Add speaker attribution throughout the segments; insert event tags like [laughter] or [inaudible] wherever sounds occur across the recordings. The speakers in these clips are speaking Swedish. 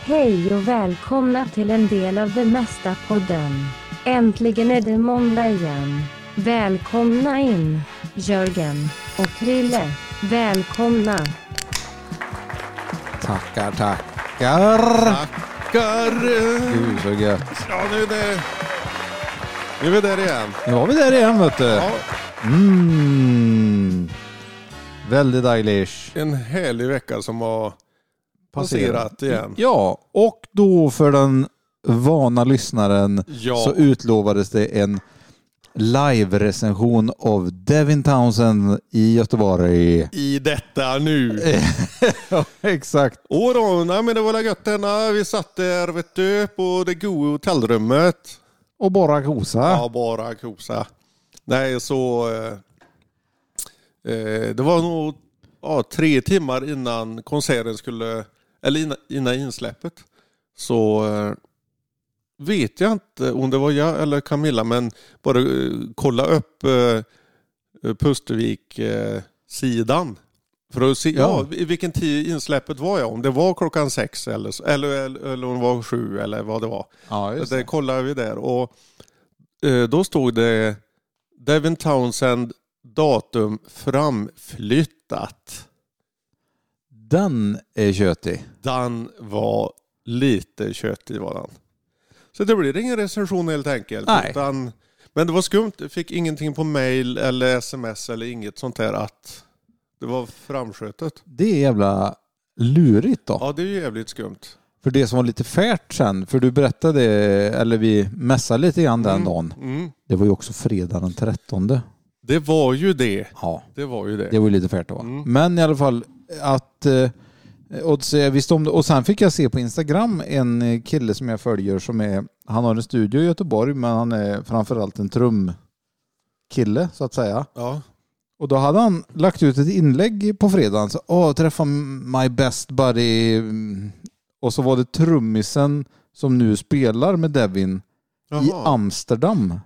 Speaker 1: Hej och välkomna till en del av det mesta podden. Äntligen är det måndag igen. Välkomna in, Jörgen och Rille. Välkomna.
Speaker 2: Tackar, tackar.
Speaker 3: Tackar!
Speaker 2: Gud så gött.
Speaker 3: Ja, nu är det... Nu är vi där igen.
Speaker 2: Nu var vi där igen vet du.
Speaker 3: Ja,
Speaker 2: Mm. Väldigt dejligt.
Speaker 3: en härlig vecka som har passerat igen.
Speaker 2: Ja, och då för den vana lyssnaren
Speaker 3: Ja,
Speaker 2: så utlovades det en live-recension av Devin Townsend i Göteborg.
Speaker 3: i detta nu.
Speaker 2: Ja, exakt.
Speaker 3: Och då, nej, men det var väl gött denna. Vi satt där vet du, på det goda hotellrummet.
Speaker 2: Och bara kosa.
Speaker 3: Ja, bara kosa. Nej, så... Eh, eh, det var nog ja, tre timmar innan konserten skulle... Eller innan, innan insläppet. Så eh, vet jag inte om det var jag eller Camilla, men bara eh, kolla upp eh, Pustervik-sidan. för att se
Speaker 2: Ja.
Speaker 3: ja. i vilken tid insläppet var jag. Om det var klockan sex eller, så, eller, eller, eller om det var sju eller vad det var.
Speaker 2: ja
Speaker 3: Det, kollade vi där och eh, då stod det Devin Townsend datum framflyttat.
Speaker 2: Den är tjötig.
Speaker 3: Den var lite köttig var den. Så det blir ingen recension helt enkelt.
Speaker 2: Nej.
Speaker 3: Utan, men det var skumt, jag fick ingenting på mail eller sms eller inget sånt där att det var framskjutet.
Speaker 2: Det är jävla lurigt då.
Speaker 3: Ja det är ju jävligt skumt.
Speaker 2: För det som var lite färt sen, för du berättade, eller vi mässade lite grann den dagen.
Speaker 3: Mm.
Speaker 2: Det var ju också fredag den 13.
Speaker 3: Det var ju det.
Speaker 2: Ja,
Speaker 3: Det var ju det.
Speaker 2: det var ju lite färt då. va?
Speaker 3: Mm.
Speaker 2: Men i alla fall att eh, och, så jag visste om det. och sen fick jag se på Instagram en eh, kille som jag följer som är, han har en studio i Göteborg men han är framförallt en trumkille så att säga.
Speaker 3: Ja.
Speaker 2: Och då hade han lagt ut ett inlägg på fredagen. Så, Åh, träffa my best buddy. Mm. Och så var det trummisen som nu spelar med Devin i
Speaker 3: Jaha.
Speaker 2: Amsterdam.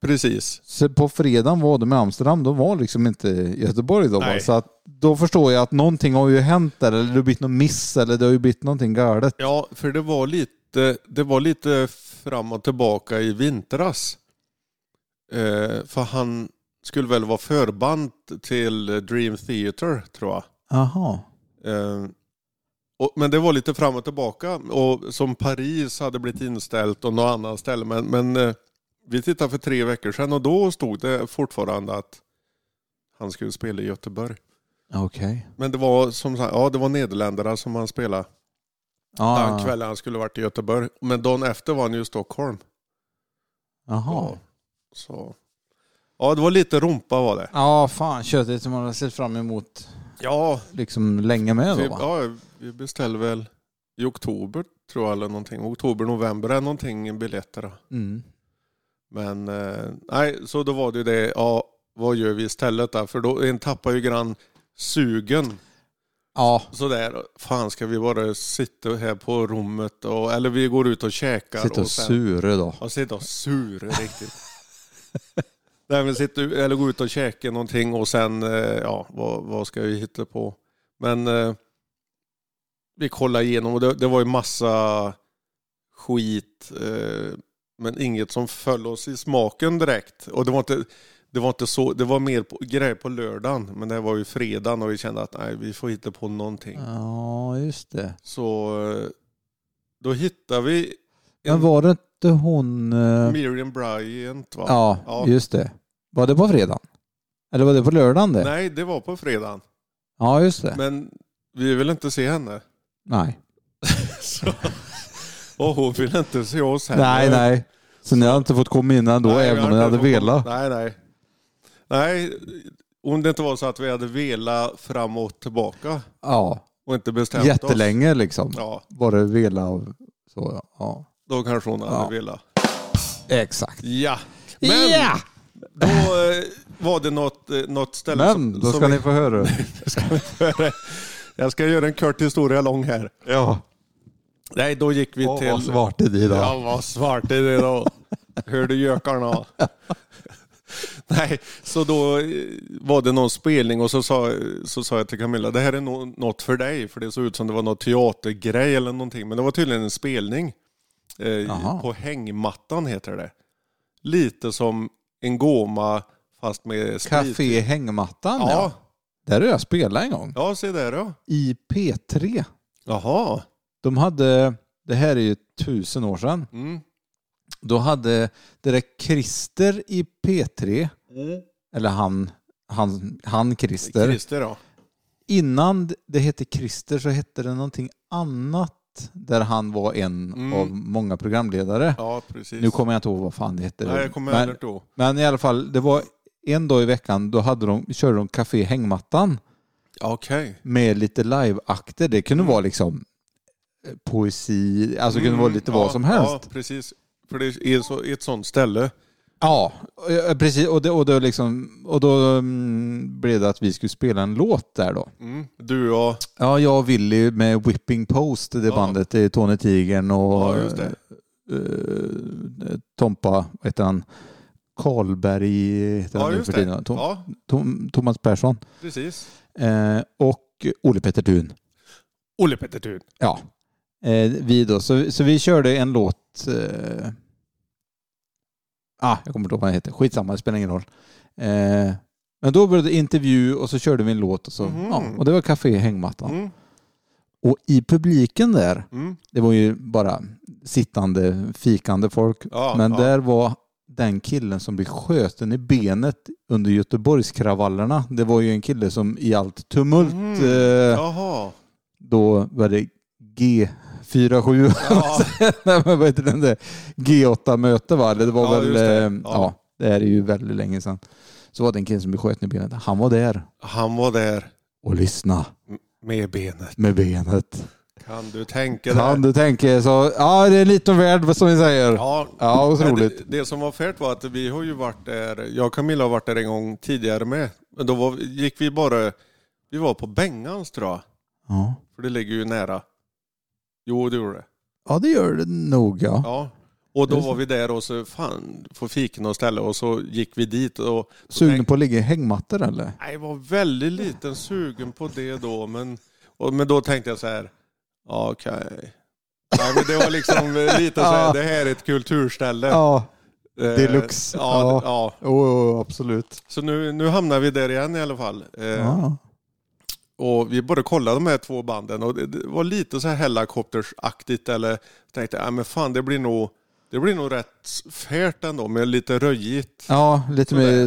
Speaker 3: Precis.
Speaker 2: Så på fredagen var de i Amsterdam. De var liksom inte i Göteborg då.
Speaker 3: Nej.
Speaker 2: va? Så att, då förstår jag att någonting har ju hänt där. Eller det har blivit någon miss. Eller det har ju blivit någonting galet.
Speaker 3: Ja, för det var lite, det var lite fram och tillbaka i vintras. Eh, för han skulle väl vara förband till Dream Theater, tror jag.
Speaker 2: Jaha.
Speaker 3: Eh, och, men det var lite fram och tillbaka. Och som Paris hade blivit inställt och något annat ställe. Men, men eh, vi tittade för tre veckor sedan och då stod det fortfarande att han skulle spela i Göteborg.
Speaker 2: Okej.
Speaker 3: Men det var som sagt, ja det var Nederländerna som han spelade. Den
Speaker 2: Ah,
Speaker 3: kvällen han skulle varit i Göteborg. Men dagen efter var han ju i Stockholm.
Speaker 2: Jaha.
Speaker 3: Ja. Så. Ja, det var lite rumpa var det.
Speaker 2: Ja, fan köttigt som man har sett fram emot
Speaker 3: Ja,
Speaker 2: liksom länge med
Speaker 3: vi,
Speaker 2: då va?
Speaker 3: Typ, ja, vi beställde väl i oktober tror jag eller någonting. Oktober, november eller någonting biljetter. då.
Speaker 2: Mm.
Speaker 3: Men eh, nej, så då var det ju det. Ja, vad gör vi istället där? För då en tappar ju grann sugen.
Speaker 2: Ja,
Speaker 3: Sådär, fan ska vi bara sitta här på rummet och, eller vi går ut och käkar.
Speaker 2: sitta och
Speaker 3: sen-
Speaker 2: sure då.
Speaker 3: Ja, sitta och sur riktigt. Nej, men sitta, eller gå ut och käka någonting och sen, eh, ja, vad, vad ska vi hitta på? Men eh, vi kollade igenom och det, det var ju massa skit, eh, men inget som föll oss i smaken direkt. Och det var inte, det var inte så, det var mer på, grejer på lördagen, men det var ju fredagen och vi kände att nej, vi får hitta på någonting.
Speaker 2: Ja, just det.
Speaker 3: Så eh, då hittade vi
Speaker 2: Men var det inte hon... eh,
Speaker 3: Miriam Bryant, va?
Speaker 2: Ja,
Speaker 3: Ja.
Speaker 2: just det. Var det på fredagen? Eller var det på lördagen det?
Speaker 3: Nej, det var på fredagen.
Speaker 2: Ja, just det.
Speaker 3: Men vi vill inte se henne.
Speaker 2: [laughs] Nej.
Speaker 3: Så. Och hon vill inte se oss heller.
Speaker 2: Nej, nej. Så ni har inte fått komma in ändå,
Speaker 3: Nej, vi
Speaker 2: även om
Speaker 3: har
Speaker 2: ni
Speaker 3: inte
Speaker 2: hade
Speaker 3: fått-
Speaker 2: velat?
Speaker 3: Nej, nej. Nej, om det inte var så att vi hade velat fram och tillbaka
Speaker 2: Ja,
Speaker 3: och inte bestämt oss.
Speaker 2: jättelänge liksom.
Speaker 3: Ja,
Speaker 2: Var det vela av så, ja. ja.
Speaker 3: då kanske hon hade
Speaker 2: Ja.
Speaker 3: velat.
Speaker 2: Exakt.
Speaker 3: Ja. Men
Speaker 2: Men, ja!
Speaker 3: då eh, var det något, eh, något ställe
Speaker 2: Men då ska
Speaker 3: vi-
Speaker 2: ni få höra.
Speaker 3: [laughs] Jag ska göra en kort historia lång här.
Speaker 2: ja,
Speaker 3: Nej, då gick [laughs] vi
Speaker 2: Åh,
Speaker 3: till...
Speaker 2: vad svart det är idag.
Speaker 3: Ja, vad svart är det då? Hörde gökarna? [laughs] Nej, så då eh, var det någon spelning och så sa, så sa jag till Camilla, det här är nå- något för dig, för det såg ut som det var någon teatergrej eller någonting. Men det var tydligen en spelning. Eh,
Speaker 2: Jaha.
Speaker 3: på hängmattan heter det. Lite som en goma fast med sprit.
Speaker 2: Café Hängmattan, ja.
Speaker 3: Ja,
Speaker 2: Där har jag spelat en gång.
Speaker 3: ja se där ja.
Speaker 2: I P3.
Speaker 3: Jaha.
Speaker 2: De hade, det här är ju tusen år sedan,
Speaker 3: Mm.
Speaker 2: då hade det där Christer i P3, eller han, han, han Christer,
Speaker 3: Mm. Christer ja.
Speaker 2: innan det hette Christer så hette det någonting annat där han var en
Speaker 3: Mm.
Speaker 2: av många programledare.
Speaker 3: Ja, precis.
Speaker 2: Nu kommer jag inte ihåg vad fan det hette.
Speaker 3: Nej, jag kommer
Speaker 2: men,
Speaker 3: aldrig då.
Speaker 2: men i alla fall, det var en dag i veckan då hade de, körde de Café Hängmattan
Speaker 3: Okej.
Speaker 2: med lite liveakter. Det kunde vara liksom eh, poesi, alltså det kunde vara lite
Speaker 3: Mm. Mm,
Speaker 2: vad
Speaker 3: ja,
Speaker 2: som helst.
Speaker 3: Ja, precis. För det är så, ett sånt ställe.
Speaker 2: Ja, eh, precis. Och, det, och, då liksom, och då mm, blev det att vi skulle spela en låt där då.
Speaker 3: Mm. Du och jag.
Speaker 2: Ja, jag och Willy med Whipping Post, det
Speaker 3: Ja.
Speaker 2: bandet, det är Tony Tigern och
Speaker 3: Ja, just det.
Speaker 2: eh, eh, Tompa, vad heter han? Karlberg heter
Speaker 3: Ja,
Speaker 2: han nu
Speaker 3: just
Speaker 2: för
Speaker 3: det.
Speaker 2: tiden. Tom,
Speaker 3: Ja,
Speaker 2: Tom, Thomas Persson.
Speaker 3: precis.
Speaker 2: Eh, och Ole Petter Thun.
Speaker 3: Olle Petter Thun.
Speaker 2: Ja. Eh, vi då, så, så vi körde en låt. Eh, ah, jag kommer inte ihåg vad den heter. Skitsamma, det spelar ingen roll. Eh, men då började intervju och så körde vi en låt och så.
Speaker 3: Mhm.
Speaker 2: Ja, och det var Café Hängmattan.
Speaker 3: Mm.
Speaker 2: Och i publiken där,
Speaker 3: Mm.
Speaker 2: det var ju bara sittande, fikande folk.
Speaker 3: Ja,
Speaker 2: men
Speaker 3: ja.
Speaker 2: där var den killen som blev sköten i benet under Göteborgskravallerna. Det var ju en kille som i allt tumult
Speaker 3: Mm.
Speaker 2: eh, [laughs]
Speaker 3: Jaha.
Speaker 2: då var det G47, [laughs]
Speaker 3: Ja.
Speaker 2: nej men vad heter den där G8-möte va? Eller Det var
Speaker 3: Ja,
Speaker 2: väl,
Speaker 3: just det.
Speaker 2: eh,
Speaker 3: Ja.
Speaker 2: ja. det här är ju väldigt länge sedan. Så var det en kille som blev sköten i benet. Han var där
Speaker 3: Han var där
Speaker 2: och lyssna
Speaker 3: med benet.
Speaker 2: med benet.
Speaker 3: Kan du tänka
Speaker 2: Kan
Speaker 3: dig?
Speaker 2: du tänka så, ja det är en liten värld som vi säger. Ja,
Speaker 3: Ja.
Speaker 2: otroligt.
Speaker 3: Det, det som var färt var att vi har ju varit där, jag och Camilla har varit där en gång tidigare med. Men då var, gick vi bara, vi var på Bengans tror jag.
Speaker 2: Ja.
Speaker 3: För det ligger ju nära. Jo, det gjorde det.
Speaker 2: ja det gör det nog ja.
Speaker 3: Ja. Och då
Speaker 2: Just
Speaker 3: var vi där och så fan, får fiken och ställe och så gick vi dit och...
Speaker 2: Sugen på att ligga i hängmattor eller?
Speaker 3: Nej, jag var väldigt liten sugen på det då men... Och, men då tänkte jag så här, ja, okej. Nej, men det var liksom eh, lite så här,
Speaker 2: Ja.
Speaker 3: det här är ett kulturställe.
Speaker 2: Ja,
Speaker 3: Eh,
Speaker 2: deluxe.
Speaker 3: Ja,
Speaker 2: Ja.
Speaker 3: ja.
Speaker 2: jo, jo, absolut.
Speaker 3: Så nu, nu hamnar vi där igen i alla fall. Eh,
Speaker 2: Ja.
Speaker 3: Och vi började kolla de här två banden och det, det var lite så här Hellacopters-aktigt eller tänkte, ja men fan det blir nog, det blir nog rätt färt ändå men lite röjigt.
Speaker 2: ja, lite mer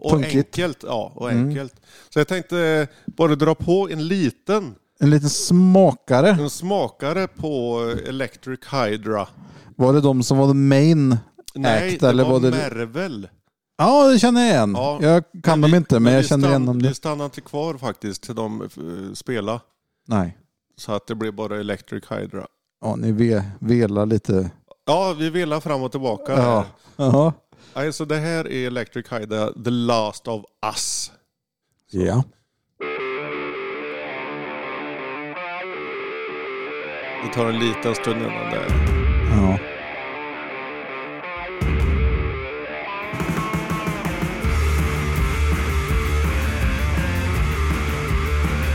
Speaker 3: Och
Speaker 2: punkigt.
Speaker 3: enkelt. Ja, och
Speaker 2: Mm.
Speaker 3: enkelt. Så jag tänkte eh, bara dra på en liten,
Speaker 2: En liten smakare.
Speaker 3: en smakare på eh, Electric Hydra.
Speaker 2: Var det de som var the main?
Speaker 3: Nej,
Speaker 2: Act,
Speaker 3: det
Speaker 2: eller
Speaker 3: var
Speaker 2: var det-
Speaker 3: Mervel.
Speaker 2: Ja, det känner jag igen.
Speaker 3: Ja.
Speaker 2: jag kan dem
Speaker 3: vi-
Speaker 2: inte, men jag
Speaker 3: vi
Speaker 2: känner igen
Speaker 3: stann-
Speaker 2: dem.
Speaker 3: Vi stannade inte kvar faktiskt till de eh, spela
Speaker 2: Nej.
Speaker 3: Så att det blev bara Electric Hydra.
Speaker 2: Ja, ni ve- velar lite.
Speaker 3: Ja, vi velar fram och tillbaka.
Speaker 2: Ja. Ja.
Speaker 3: Nej, så det här är Electric Hydra, The Last of Us.
Speaker 2: ja.
Speaker 3: Det tar en liten stund innan det är.
Speaker 2: ja.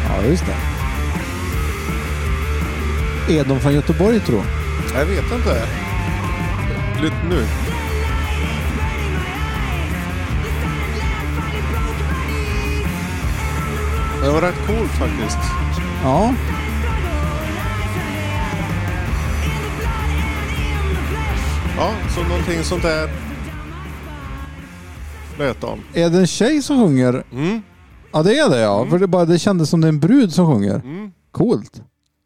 Speaker 2: Ja, just det. Är de från Göteborg, tror jag?
Speaker 3: Jag vet inte. Lite nu. Det var rätt coolt faktiskt.
Speaker 2: Ja.
Speaker 3: Ja, så någonting sånt där lät om.
Speaker 2: Är det en tjej som sjunger?
Speaker 3: Mm.
Speaker 2: Ja, det är det ja. För det, bara, det kändes som det är en brud som sjunger.
Speaker 3: Mm.
Speaker 2: Coolt.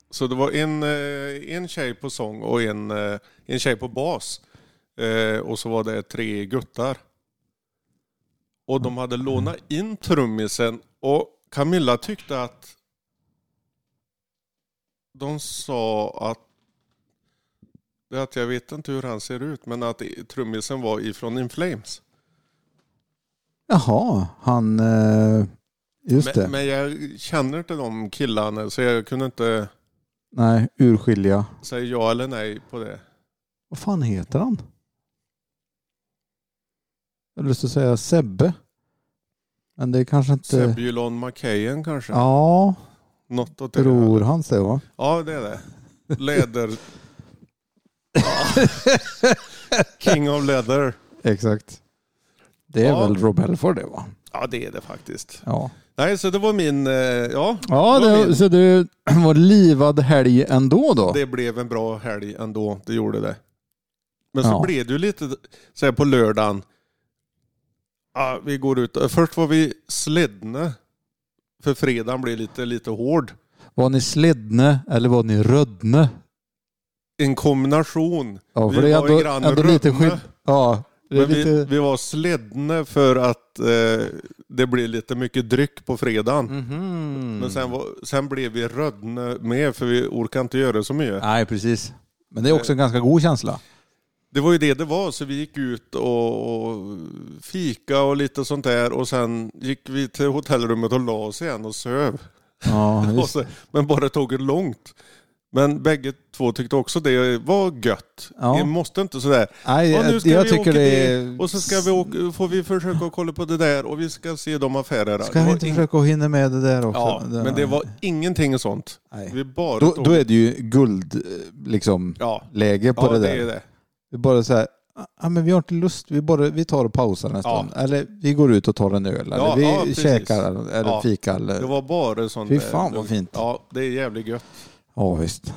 Speaker 3: Så det var en, eh, en tjej på sång och en, eh, en tjej på bas. Eh, Och så var det tre guttar. Och de hade lånat
Speaker 2: Mm.
Speaker 3: in trummisen och Camilla tyckte att de sa att det är att jag vet inte hur han ser ut men att trummisen var ifrån In Flames.
Speaker 2: Jaha, han... eh, Just det.
Speaker 3: Men, men jag känner inte de killarna så jag kunde inte
Speaker 2: Nej, urskilja.
Speaker 3: säga ja eller nej på det.
Speaker 2: Vad fan heter han? Jag har lust att säga Sebbe. Men det är kanske inte...
Speaker 3: Sebulon Macahan kanske?
Speaker 2: Ja,
Speaker 3: Något åt det
Speaker 2: tror hans det va?
Speaker 3: Ja, det är det. Läder. ja. King of leather.
Speaker 2: Exakt. Det är
Speaker 3: Ja.
Speaker 2: väl Rob Halford det va?
Speaker 3: Ja, det är det faktiskt.
Speaker 2: Ja,
Speaker 3: Nej, så det var min... eh, Ja,
Speaker 2: ja
Speaker 3: Det var
Speaker 2: det,
Speaker 3: min.
Speaker 2: så det [clears throat] var livad helg ändå då.
Speaker 3: det blev en bra helg ändå. Det gjorde det. Men så
Speaker 2: Ja.
Speaker 3: blev det ju lite så här på lördagen. Ja, vi går ut. Först var vi Sledne. För fredagen blev lite, lite hård.
Speaker 2: Var ni sledne eller var ni rödne?
Speaker 3: En kombination.
Speaker 2: Ja,
Speaker 3: Vi
Speaker 2: för det är
Speaker 3: var ju
Speaker 2: ändå,
Speaker 3: grann
Speaker 2: ändå lite
Speaker 3: Rödne.
Speaker 2: skillnad. Ja, det är
Speaker 3: Men
Speaker 2: lite...
Speaker 3: vi, vi var sledne för att eh, det blev lite mycket dryck på fredagen.
Speaker 2: Mhm.
Speaker 3: Men sen, var, sen blev vi rödne med för vi orkade inte göra så mycket.
Speaker 2: Nej, precis. Men det är också en ganska god känsla.
Speaker 3: Det var ju det det var så vi gick ut och, och fika och lite sånt där och sen gick vi till hotellrummet och la oss igen och söv.
Speaker 2: Ja,
Speaker 3: [laughs] Och
Speaker 2: visst.
Speaker 3: så, men bara tog det långt. Men bägge två tyckte också det var gött.
Speaker 2: Ja.
Speaker 3: Vi måste inte sådär.
Speaker 2: Nej,
Speaker 3: Ja, nu
Speaker 2: jag,
Speaker 3: ska
Speaker 2: jag
Speaker 3: vi åka
Speaker 2: tycker det
Speaker 3: dit, Och så ska vi åka, får vi försöka kolla på det där och vi ska se de affärerna.
Speaker 2: Ska
Speaker 3: Det
Speaker 2: vi
Speaker 3: var
Speaker 2: inte
Speaker 3: ing-
Speaker 2: försöka hinna med det där också?
Speaker 3: Ja, men det var ingenting sånt.
Speaker 2: Nej.
Speaker 3: Vi bara
Speaker 2: Då,
Speaker 3: tog...
Speaker 2: då är det ju guld eh, liksom,
Speaker 3: Ja,
Speaker 2: läge på
Speaker 3: ja
Speaker 2: det
Speaker 3: det,
Speaker 2: där.
Speaker 3: är det.
Speaker 2: Vi bara så här, ah, men vi har inte lust, vi, bara, vi tar och pausar en
Speaker 3: Ja.
Speaker 2: stund. Eller vi går ut och tar en öl.
Speaker 3: Ja,
Speaker 2: eller vi
Speaker 3: ja, precis.
Speaker 2: käkar eller
Speaker 3: Ja.
Speaker 2: fikar. Eller...
Speaker 3: Det var bara sånt
Speaker 2: Eh, Fy
Speaker 3: där
Speaker 2: fan, vad
Speaker 3: lugnt.
Speaker 2: fint.
Speaker 3: Ja, det är jävligt gött.
Speaker 2: Ja, visst.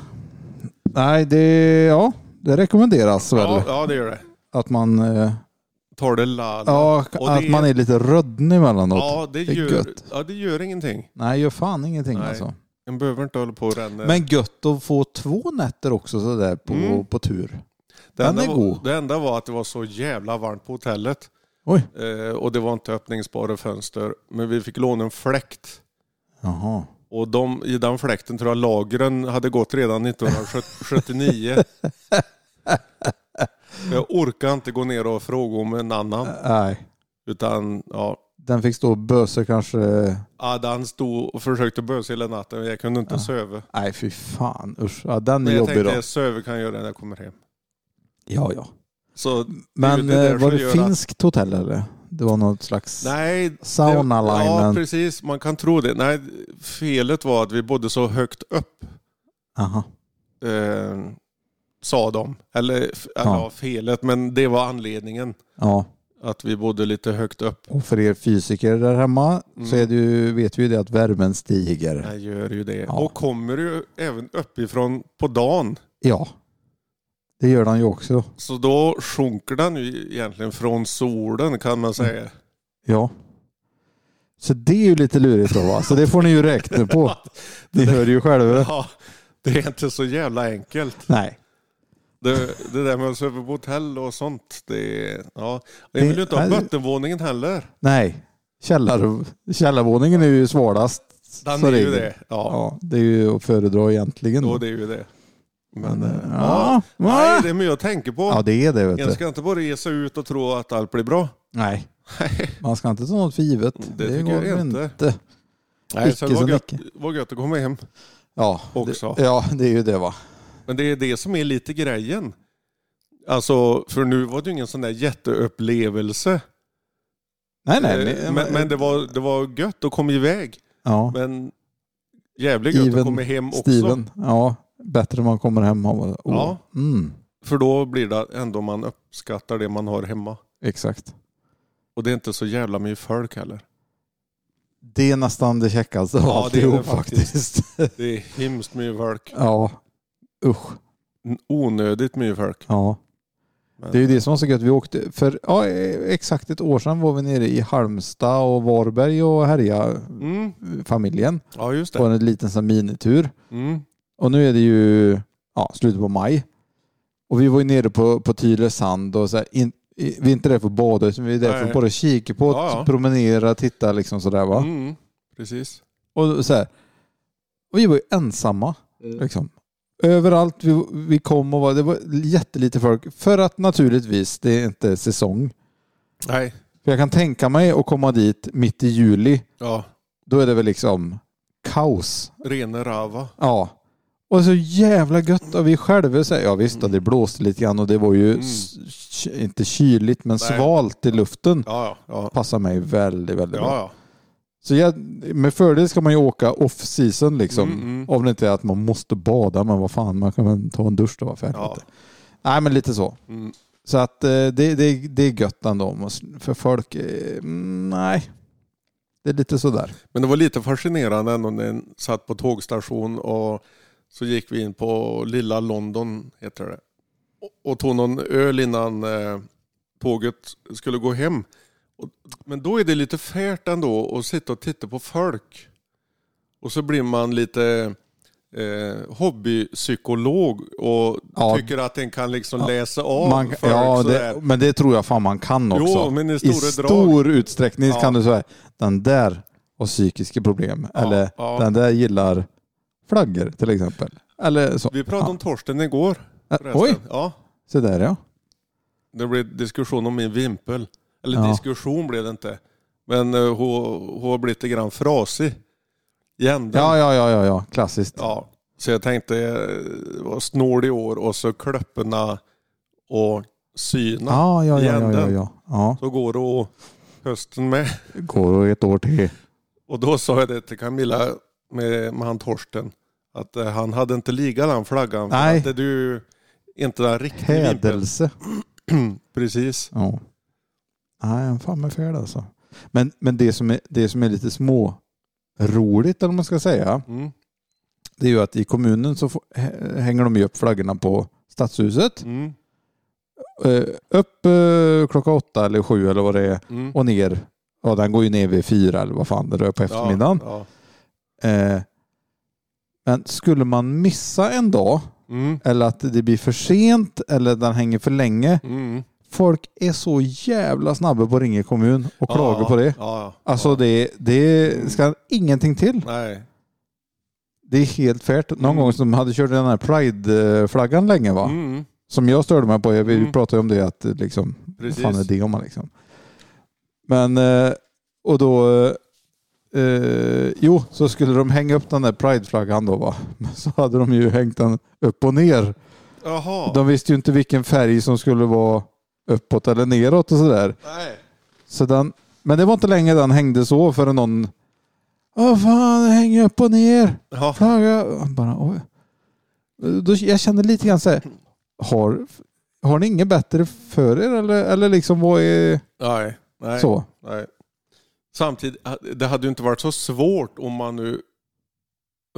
Speaker 2: Nej, det, ja, det rekommenderas
Speaker 3: Ja,
Speaker 2: väl.
Speaker 3: ja, det gör det.
Speaker 2: Att man, eh,
Speaker 3: Tar det lalla.
Speaker 2: ja,
Speaker 3: Och
Speaker 2: att
Speaker 3: det-
Speaker 2: man är lite rödnig emellanåt.
Speaker 3: ja, det
Speaker 2: det är
Speaker 3: gör,
Speaker 2: gött.
Speaker 3: ja, det gör ingenting.
Speaker 2: Nej, gör fan ingenting
Speaker 3: Nej.
Speaker 2: alltså.
Speaker 3: En behöver inte hålla på och ränna.
Speaker 2: Men gött att få två nätter också sådär på,
Speaker 3: Mm.
Speaker 2: på tur.
Speaker 3: det,
Speaker 2: den
Speaker 3: enda
Speaker 2: är
Speaker 3: var,
Speaker 2: god.
Speaker 3: det enda var att det var så jävla varmt på hotellet.
Speaker 2: Oj.
Speaker 3: Eh, och det var inte öppningsbara fönster. Men vi fick låna en fläkt.
Speaker 2: Jaha.
Speaker 3: Och de, i den fläkten tror jag lagren hade gått
Speaker 2: [laughs]
Speaker 3: redan 1979. jag orkar inte gå ner och fråga om en annan.
Speaker 2: Nej,
Speaker 3: Utan ja,
Speaker 2: den fick stå och bösa kanske.
Speaker 3: Adan stod och försökte bösa hela natten. Jag kunde inte
Speaker 2: Ja.
Speaker 3: söva.
Speaker 2: Nej, fy fan. Usch. Ja, den är
Speaker 3: Men jag
Speaker 2: jobbig
Speaker 3: tänkte
Speaker 2: då.
Speaker 3: att söva kan jag göra när jag kommer hem.
Speaker 2: Ja, ja.
Speaker 3: Så
Speaker 2: Men
Speaker 3: det är det
Speaker 2: eh, var
Speaker 3: som
Speaker 2: det
Speaker 3: gör
Speaker 2: finskt hotell eller? Det var något slags
Speaker 3: nej,
Speaker 2: sauna
Speaker 3: Ja,
Speaker 2: linen.
Speaker 3: precis. Man kan tro det. Nej, felet var att vi bodde så högt upp,
Speaker 2: Aha.
Speaker 3: eh, sa de. Eller, f- eller
Speaker 2: Ja.
Speaker 3: ja. felet, men det var anledningen.
Speaker 2: Ja,
Speaker 3: Att vi bodde lite högt upp.
Speaker 2: och för er fysiker där hemma
Speaker 3: Mm.
Speaker 2: så är det ju, vet vi ju det att värmen stiger.
Speaker 3: Jag gör ju det.
Speaker 2: Ja.
Speaker 3: Och kommer ju även uppifrån på dagen.
Speaker 2: Ja, det gör den ju också.
Speaker 3: Så då sjunker den ju egentligen från solen kan man
Speaker 2: Mm.
Speaker 3: säga.
Speaker 2: Ja. Så det är ju lite lurigt då va? Så det får ni ju räkna på.
Speaker 3: [laughs]
Speaker 2: Ni hör ju själva.
Speaker 3: Ja, det är inte så jävla enkelt.
Speaker 2: Nej.
Speaker 3: Det, det där med att sova på hotell och sånt. Det, ja. Jag
Speaker 2: Det-
Speaker 3: vill ju inte ha
Speaker 2: nej.
Speaker 3: bottenvåningen heller.
Speaker 2: Nej. Källar, källarvåningen är ju svårast.
Speaker 3: Den
Speaker 2: så
Speaker 3: är ju
Speaker 2: ringer.
Speaker 3: det. Ja,
Speaker 2: Ja, det är ju att föredra egentligen.
Speaker 3: då det är ju det. Men, eh,
Speaker 2: Mm. ja.
Speaker 3: ja.
Speaker 2: Va?
Speaker 3: Nej, det är mycket att tänka på.
Speaker 2: Ja, det är det vet
Speaker 3: en
Speaker 2: du.
Speaker 3: ska inte bara resa ut och tro att allt blir bra.
Speaker 2: Nej,
Speaker 3: Nej,
Speaker 2: man ska inte ta något för givet.
Speaker 3: Det tycker
Speaker 2: går
Speaker 3: jag inte.
Speaker 2: Nej, icke
Speaker 3: så det
Speaker 2: som
Speaker 3: var gött,
Speaker 2: icke.
Speaker 3: var gött att komma hem.
Speaker 2: Ja,
Speaker 3: Också.
Speaker 2: Det, ja, det är ju det va.
Speaker 3: Men det är det som är lite grejen. Alltså, för nu var det ju ingen sån där jätteupplevelse.
Speaker 2: Nej, nej.
Speaker 3: Eh,
Speaker 2: nej,
Speaker 3: men men det, var, det var gött att komma iväg.
Speaker 2: Ja,
Speaker 3: Men jävligt gött
Speaker 2: Even
Speaker 3: att komma hem också.
Speaker 2: Steven. Ja, bättre om man kommer hem och... Oh.
Speaker 3: Ja.
Speaker 2: Mm,
Speaker 3: För då blir det ändå man uppskattar det man har hemma.
Speaker 2: exakt.
Speaker 3: Och det är inte så jävla mycket folk heller.
Speaker 2: Det är nästan det käckaste av
Speaker 3: Ja, det är det
Speaker 2: alltihop faktiskt. [laughs]
Speaker 3: Det är hemskt mycket folk.
Speaker 2: ja, usch.
Speaker 3: Onödigt mycket folk.
Speaker 2: Ja.
Speaker 3: Men-
Speaker 2: Det är ju det som var så gött. Vi åkte för ja, e- exakt ett år sedan var vi nere i Halmstad och Varberg och härja
Speaker 3: Mm.
Speaker 2: familjen
Speaker 3: Ja, just
Speaker 2: på
Speaker 3: det.
Speaker 2: en liten sån minitur.
Speaker 3: Mm.
Speaker 2: Och nu är det ju ja, slutet på maj. Och vi var ju nere på, på Tylösand och så här, in, i, vi är inte där för att bada utan vi är där för att
Speaker 3: Nej.
Speaker 2: bara kika på,
Speaker 3: Ja, ja.
Speaker 2: promenera, titta liksom sådär va.
Speaker 3: Mm. Precis.
Speaker 2: Och, så här, och vi var ju ensamma.
Speaker 3: Mm.
Speaker 2: Liksom. Överallt vi, vi kom och var, det var jättelite folk. För att naturligtvis, det är inte säsong.
Speaker 3: Nej.
Speaker 2: För jag kan tänka mig att komma dit mitt i juli.
Speaker 3: Ja.
Speaker 2: Då är det väl liksom kaos.
Speaker 3: Rene rava.
Speaker 2: Ja. Och så jävla gött av vi själva. Så här, ja visst, ja, det blåste lite grann och det var ju
Speaker 3: Mm.
Speaker 2: s- k- inte kyligt men
Speaker 3: Nej.
Speaker 2: svalt i luften.
Speaker 3: Ja, ja. ja.
Speaker 2: Passar mig väldigt, väldigt bra.
Speaker 3: ja,
Speaker 2: Så jag, med fördel ska man ju åka off season liksom.
Speaker 3: Mm, mm.
Speaker 2: Om det inte är att man måste bada, men vad fan, man kan väl ta en dusch och vara färdig.
Speaker 3: ja.
Speaker 2: Nej, men lite så.
Speaker 3: ja. Mm.
Speaker 2: Så att eh, det, det, det är gött ändå. om oss. För folk, eh, mm, nej. Det är lite sådär.
Speaker 3: Men det var lite fascinerande ändå när jag satt på tågstation och så gick vi in på lilla London heter det. Och, och tog någon öl innan eh, tåget skulle gå hem. Och, men då är det lite färt ändå att sitta och titta på folk. Och så blir man lite eh, hobbypsykolog och
Speaker 2: Ja.
Speaker 3: tycker att en kan liksom
Speaker 2: Ja.
Speaker 3: läsa av
Speaker 2: Man,
Speaker 3: folk.
Speaker 2: ja, det,
Speaker 3: sådär.
Speaker 2: men det tror jag fan man kan också.
Speaker 3: jo, men i
Speaker 2: I
Speaker 3: stora drag.
Speaker 2: stor utsträckning
Speaker 3: Ja.
Speaker 2: kan du säga den där har psykiska problem.
Speaker 3: Ja,
Speaker 2: Eller
Speaker 3: ja.
Speaker 2: den där gillar flaggor till exempel. Eller så.
Speaker 3: Vi pratade om Torsten igår.
Speaker 2: Äh,
Speaker 3: förresten.
Speaker 2: Oj,
Speaker 3: Ja.
Speaker 2: så där ja.
Speaker 3: Det blev diskussion om min vimpel. Eller
Speaker 2: Ja.
Speaker 3: diskussion blev det inte. Men eh, hon, hon har blivit lite grann frasig. I änden.
Speaker 2: Ja, ja, ja, ja, ja. klassiskt.
Speaker 3: Ja. Så jag tänkte eh, vara snål i år och så klöpporna och syna.
Speaker 2: Ja, ja, ja, ja,
Speaker 3: igen
Speaker 2: ja,
Speaker 3: den.
Speaker 2: ja. ja.
Speaker 3: Så går då hösten med.
Speaker 2: Går ett år till.
Speaker 3: Och då sa jag det till Camilla med, med han Torsten. Att eh, han hade inte ligat den flaggan. för
Speaker 2: Nej.
Speaker 3: Att det är du inte den riktiga vimpeln.
Speaker 2: Hädelse.
Speaker 3: [clears throat] Precis.
Speaker 2: Ja. Nej, han fan med fel alltså. Men, men det, som är, det som är lite små roligt eller vad man ska säga,
Speaker 3: Mm.
Speaker 2: det är ju att i kommunen så får, hä- hänger de ju upp flaggorna på stadshuset.
Speaker 3: Mm.
Speaker 2: Eh, upp eh, klockan åtta eller sju eller vad det är
Speaker 3: Mm.
Speaker 2: och ner. Ja, den går ju ner vid fyra eller vad fan det är på eftermiddagen.
Speaker 3: Ja, ja.
Speaker 2: Eh, men skulle man missa en dag
Speaker 3: Mm.
Speaker 2: eller att det blir för sent eller den hänger för länge.
Speaker 3: Mm.
Speaker 2: Folk är så jävla snabba på att ringa kommun och klaga
Speaker 3: ja,
Speaker 2: på det.
Speaker 3: Ja, ja.
Speaker 2: Alltså
Speaker 3: ja.
Speaker 2: det, det ska ingenting till.
Speaker 3: Nej.
Speaker 2: Det är helt färt. Någon
Speaker 3: Mm.
Speaker 2: gång som hade kört den här Pride-flaggan länge va?
Speaker 3: Mm.
Speaker 2: Som jag störde mig på. Jag vill
Speaker 3: Mm.
Speaker 2: prata om det att eh, liksom, vad
Speaker 3: Precis.
Speaker 2: fan är det om man liksom. Men, eh, och då, eh, eh, jo så skulle de hänga upp den där Pride-flaggan då va. [laughs] Men så hade de ju hängt den upp och ner.
Speaker 3: Jaha.
Speaker 2: De visste ju inte vilken färg som skulle vara uppåt eller neråt och sådär.
Speaker 3: Nej.
Speaker 2: Så den, men det var inte länge den hängde så förrän någon Åh fan, den hänger upp och ner.
Speaker 3: Ja.
Speaker 2: Flagga. Och Bara, Oj. Då, jag kände lite grann så här, har, har ni inget bättre för er eller, eller liksom vad är
Speaker 3: Nej. Nej.
Speaker 2: så?
Speaker 3: Nej. Samtidigt, det hade ju inte varit så svårt om man nu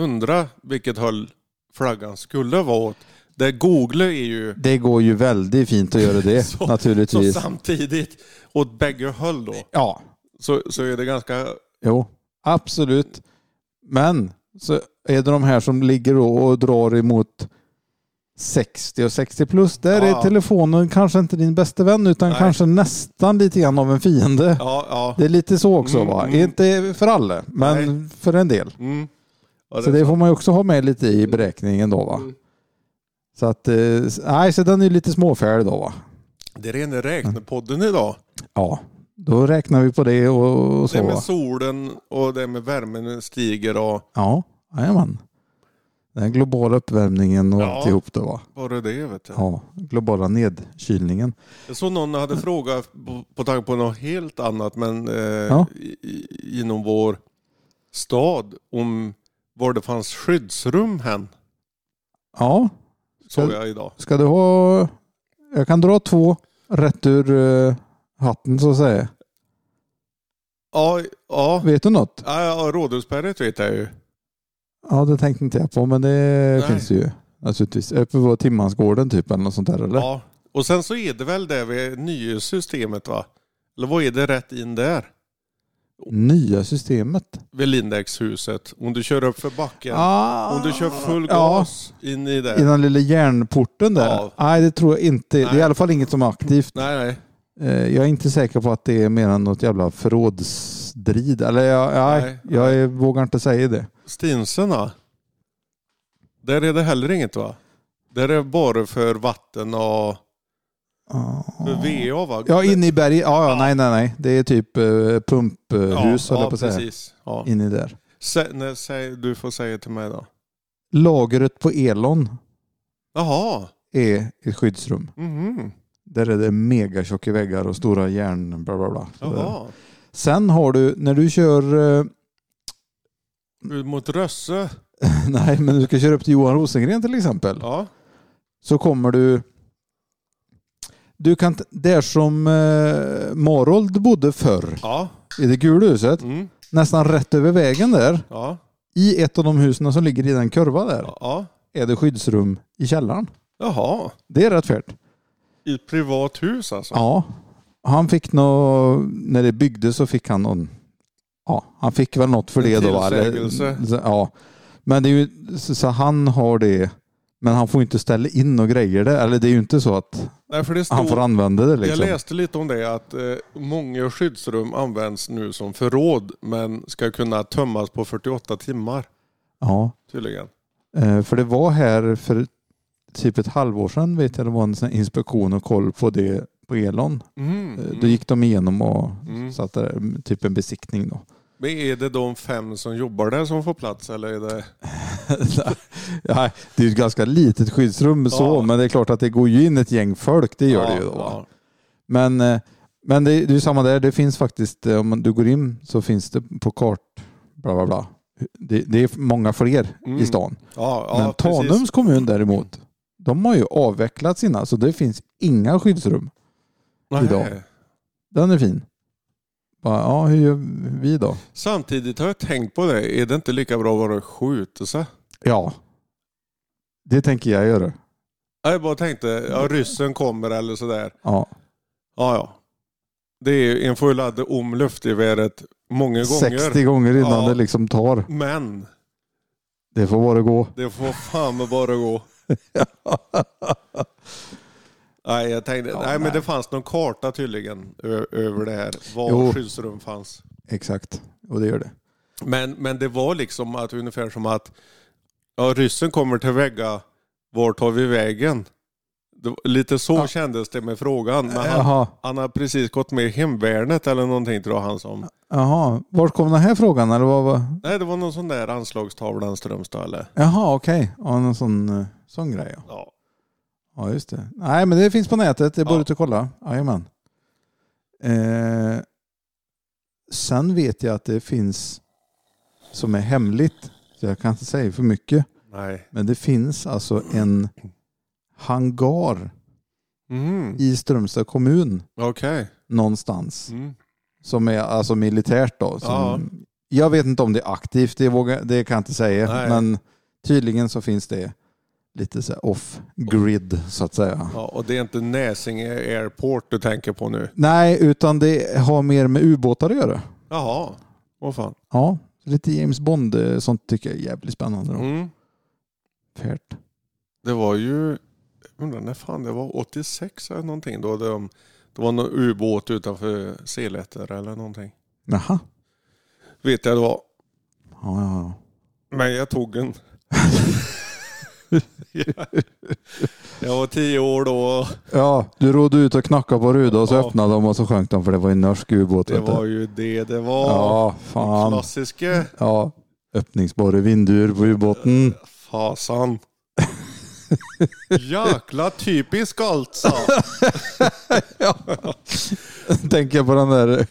Speaker 3: undrar vilket håll flaggan skulle vara åt. Det googlar är ju
Speaker 2: Det går ju väldigt fint att göra [laughs] det
Speaker 3: Så- så
Speaker 2: naturligtvis.
Speaker 3: samtidigt åt bägge håll då.
Speaker 2: ja,
Speaker 3: Så, så är det ganska...
Speaker 2: jo, absolut. Men så är det de här som ligger och, och drar emot 60 och 60 plus. Där
Speaker 3: Ja.
Speaker 2: är telefonen kanske inte din bästa vän utan
Speaker 3: Nej.
Speaker 2: kanske nästan lite grann av en fiende.
Speaker 3: Ja, ja.
Speaker 2: Det är lite så också
Speaker 3: Mm,
Speaker 2: va?
Speaker 3: mm.
Speaker 2: Inte för alla, men för en del.
Speaker 3: Mm. Ja, det
Speaker 2: Så
Speaker 3: är
Speaker 2: det
Speaker 3: sant.
Speaker 2: får man ju också ha med lite i beräkningen då va?
Speaker 3: Mm.
Speaker 2: Så att, eh, nej, så den är ju lite småfärdig då va?
Speaker 3: det är rena räknepodden idag.
Speaker 2: Ja, då räknar vi på det och, och
Speaker 3: Det är
Speaker 2: så va?
Speaker 3: med solen och det är med värmen stiger och
Speaker 2: Ja, jajamän. Den globala uppvärmningen och
Speaker 3: Ja.
Speaker 2: alltihop då va?
Speaker 3: bara det vet du.
Speaker 2: Ja, globala nedkylningen.
Speaker 3: Jag såg någon hade frågat på, på tanke på något helt annat men eh,
Speaker 2: Ja.
Speaker 3: i, i- inom vår stad om var det fanns skyddsrum hän.
Speaker 2: Ja,
Speaker 3: Såg
Speaker 2: Ja.
Speaker 3: jag idag.
Speaker 2: ska du ha... Jag kan dra två rätt ur eh, hatten så att säga.
Speaker 3: Ja, ja.
Speaker 2: Vet du något?
Speaker 3: ja, ja Rådhusberget vet jag ju.
Speaker 2: Ja, det tänkte inte jag på, men det finns ju naturligtvis. Uppe på Timmansgården typ eller något sånt där eller?
Speaker 3: Ja. Och sen så är det väl det vid nya systemet va? Eller vad är det rätt in där?
Speaker 2: Nya systemet.
Speaker 3: Vid Lindexhuset. Om du kör upp för backen.
Speaker 2: Ah,
Speaker 3: Om du kör full
Speaker 2: Ja,
Speaker 3: gas in i det.
Speaker 2: i den lilla järnporten där.
Speaker 3: Ja.
Speaker 2: Nej, det tror jag inte. Det är
Speaker 3: Nej.
Speaker 2: i alla fall inget som är aktivt.
Speaker 3: Nej, nej.
Speaker 2: Eh, Jag är inte säker på att det är mer än något jävla förrådsdrid. Eller jag, nej,
Speaker 3: Nej,
Speaker 2: jag är- vågar inte säga det.
Speaker 3: Stinserna. Där är det heller inget va? Där är bara för vatten och
Speaker 2: Ah.
Speaker 3: för VA va?
Speaker 2: Ja, inne i berget. Ja, ja,
Speaker 3: Ja.
Speaker 2: nej, nej, nej. Det är typ eh, pumphus, höll
Speaker 3: ja,
Speaker 2: jag på att säga.
Speaker 3: precis. Ja.
Speaker 2: Inne där.
Speaker 3: Sä, nej, säg, du får säga till mig då.
Speaker 2: Lagret på Elon
Speaker 3: Jaha.
Speaker 2: är ett skyddsrum.
Speaker 3: Mhm.
Speaker 2: Där är det mega tjocka väggar och stora järn. Bla bla bla.
Speaker 3: Jaha.
Speaker 2: Sen har du, när du kör eh, [laughs]
Speaker 3: Ut mot Rösse.
Speaker 2: Nej, men du ska köra upp till Johan Rosengren till exempel.
Speaker 3: Ja.
Speaker 2: Så kommer du... Du kan... t- Där som eh, Marold bodde förr,
Speaker 3: Ja.
Speaker 2: i det gula huset,
Speaker 3: Mm.
Speaker 2: nästan rätt över vägen där,
Speaker 3: Ja.
Speaker 2: i ett av de husen som ligger i den kurva där,
Speaker 3: Ja.
Speaker 2: är det skyddsrum i källaren.
Speaker 3: Jaha.
Speaker 2: Det är rätt färt.
Speaker 3: I ett privat hus alltså?
Speaker 2: Ja. Han fick nå... När det byggdes så fick han någon... Ja, han fick väl något för
Speaker 3: En
Speaker 2: det då. va?
Speaker 3: tillsägelse.
Speaker 2: ja. Men det är ju... Så så han har det... Men han får inte ställa in och grejer där. Eller det är ju inte så att...
Speaker 3: Nej, för det står,
Speaker 2: Han får använda det liksom.
Speaker 3: Jag läste lite om det att eh, många skyddsrum används nu som förråd men ska kunna tömmas på 48 timmar
Speaker 2: Ja,
Speaker 3: tydligen.
Speaker 2: eh, för det var här för typ ett halvår sedan vet jag det var en sån här inspektion och koll på det på Elon.
Speaker 3: Mm.
Speaker 2: Eh, Då gick de igenom och
Speaker 3: Mm.
Speaker 2: satte där, typ en besiktning då. [laughs]
Speaker 3: Men är det de fem som jobbar där som får plats eller är det...
Speaker 2: ja, det är ju ett ganska litet skyddsrum så,
Speaker 3: Ja.
Speaker 2: men det är klart att det går ju in ett gäng folk, det gör det ju då. va?
Speaker 3: Ja,
Speaker 2: Men, eh, men det, det är ju samma där, det finns faktiskt, eh, om du går in så finns det på kart, bla bla bla. Det, det är många fler
Speaker 3: Mm.
Speaker 2: i stan.
Speaker 3: ja, ja
Speaker 2: Men Tanums
Speaker 3: precis.
Speaker 2: kommun däremot, de har ju avvecklat sina, så det finns inga skyddsrum.
Speaker 3: Nej.
Speaker 2: idag. Den är fin. Bara, ja, hur gör vi då?
Speaker 3: Samtidigt har jag tänkt på det, är det inte lika bra att bara skjuta sig?
Speaker 2: Ja, det tänker jag göra.
Speaker 3: Ja, Jag bara tänkte, ja ryssen kommer eller sådär.
Speaker 2: Ja,
Speaker 3: Ja, ja. Det är en får ju ladda om luftgeväret många gånger.
Speaker 2: 60 gånger innan
Speaker 3: Ja.
Speaker 2: det liksom tar.
Speaker 3: Men
Speaker 2: Det får bara gå.
Speaker 3: det får fan med
Speaker 2: [laughs]
Speaker 3: bara gå. Nej, jag tänkte,
Speaker 2: Ja,
Speaker 3: nej,
Speaker 2: nej.
Speaker 3: men det fanns någon karta tydligen ö- över det här. Var
Speaker 2: Jo.
Speaker 3: skyddsrum fanns.
Speaker 2: Exakt, och det gör det.
Speaker 3: Men, men det var liksom att ungefär som att ja, ryssen kommer till vägga, var tar vi vägen? Det, var- lite så
Speaker 2: Ja.
Speaker 3: kändes det med frågan. Men han,
Speaker 2: Jaha,
Speaker 3: han har precis gått med i hemvärnet eller någonting tror jag han som.
Speaker 2: jaha. Vart kom den här frågan? Eller vad, vad?
Speaker 3: Nej, det var någon sån där anslagstavlan Strömstad eller?
Speaker 2: Jaha, okej. Ja, någon sån, eh, sån grej. Ja.
Speaker 3: Ja.
Speaker 2: ja, just det. Nej, men det finns på nätet. Det är bara
Speaker 3: Ja.
Speaker 2: ut och kolla. Jajamän. Eh, sen vet jag att det finns som är hemligt. Så jag kan inte säga för mycket.
Speaker 3: Nej.
Speaker 2: Men det finns alltså en hangar
Speaker 3: Mm.
Speaker 2: i Strömstad kommun
Speaker 3: Okej.
Speaker 2: någonstans.
Speaker 3: Mm.
Speaker 2: Som är alltså militärt då. Som,
Speaker 3: Ja.
Speaker 2: Jag vet inte om det är aktivt, det, vågar, det kan jag inte säga.
Speaker 3: Nej.
Speaker 2: Men tydligen så finns det lite så här off-grid så att säga.
Speaker 3: Ja, och det är inte Näsinge Airport du tänker på nu?
Speaker 2: Nej, utan det har mer med ubåtar att göra.
Speaker 3: Jaha. Vad fan.
Speaker 2: Ja, lite James Bond, eh, sånt tycker jag är jävligt spännande. Då.
Speaker 3: Mm.
Speaker 2: Färt.
Speaker 3: Det var ju, jag undrar när fan det var, 86 eller någonting då de, det var någon ubåt utanför Selätter eller någonting.
Speaker 2: Jaha.
Speaker 3: Vet jag det var.
Speaker 2: Ja, ja, ja.
Speaker 3: Men jag tog en. [laughs] jag var tio år då.
Speaker 2: ja, du rodde ut och knackade på rutan och så
Speaker 3: Ja.
Speaker 2: öppnade de och så sjönk de för det var en norsk ubåt.
Speaker 3: Det
Speaker 2: vet du.
Speaker 3: var ju det det var.
Speaker 2: Ja, fan.
Speaker 3: Klassiske.
Speaker 2: Ja, öppningsbara vindur på ubåten.
Speaker 3: Fasan. Jäkla typisk alltså.
Speaker 2: [laughs] Tänker på den där eh,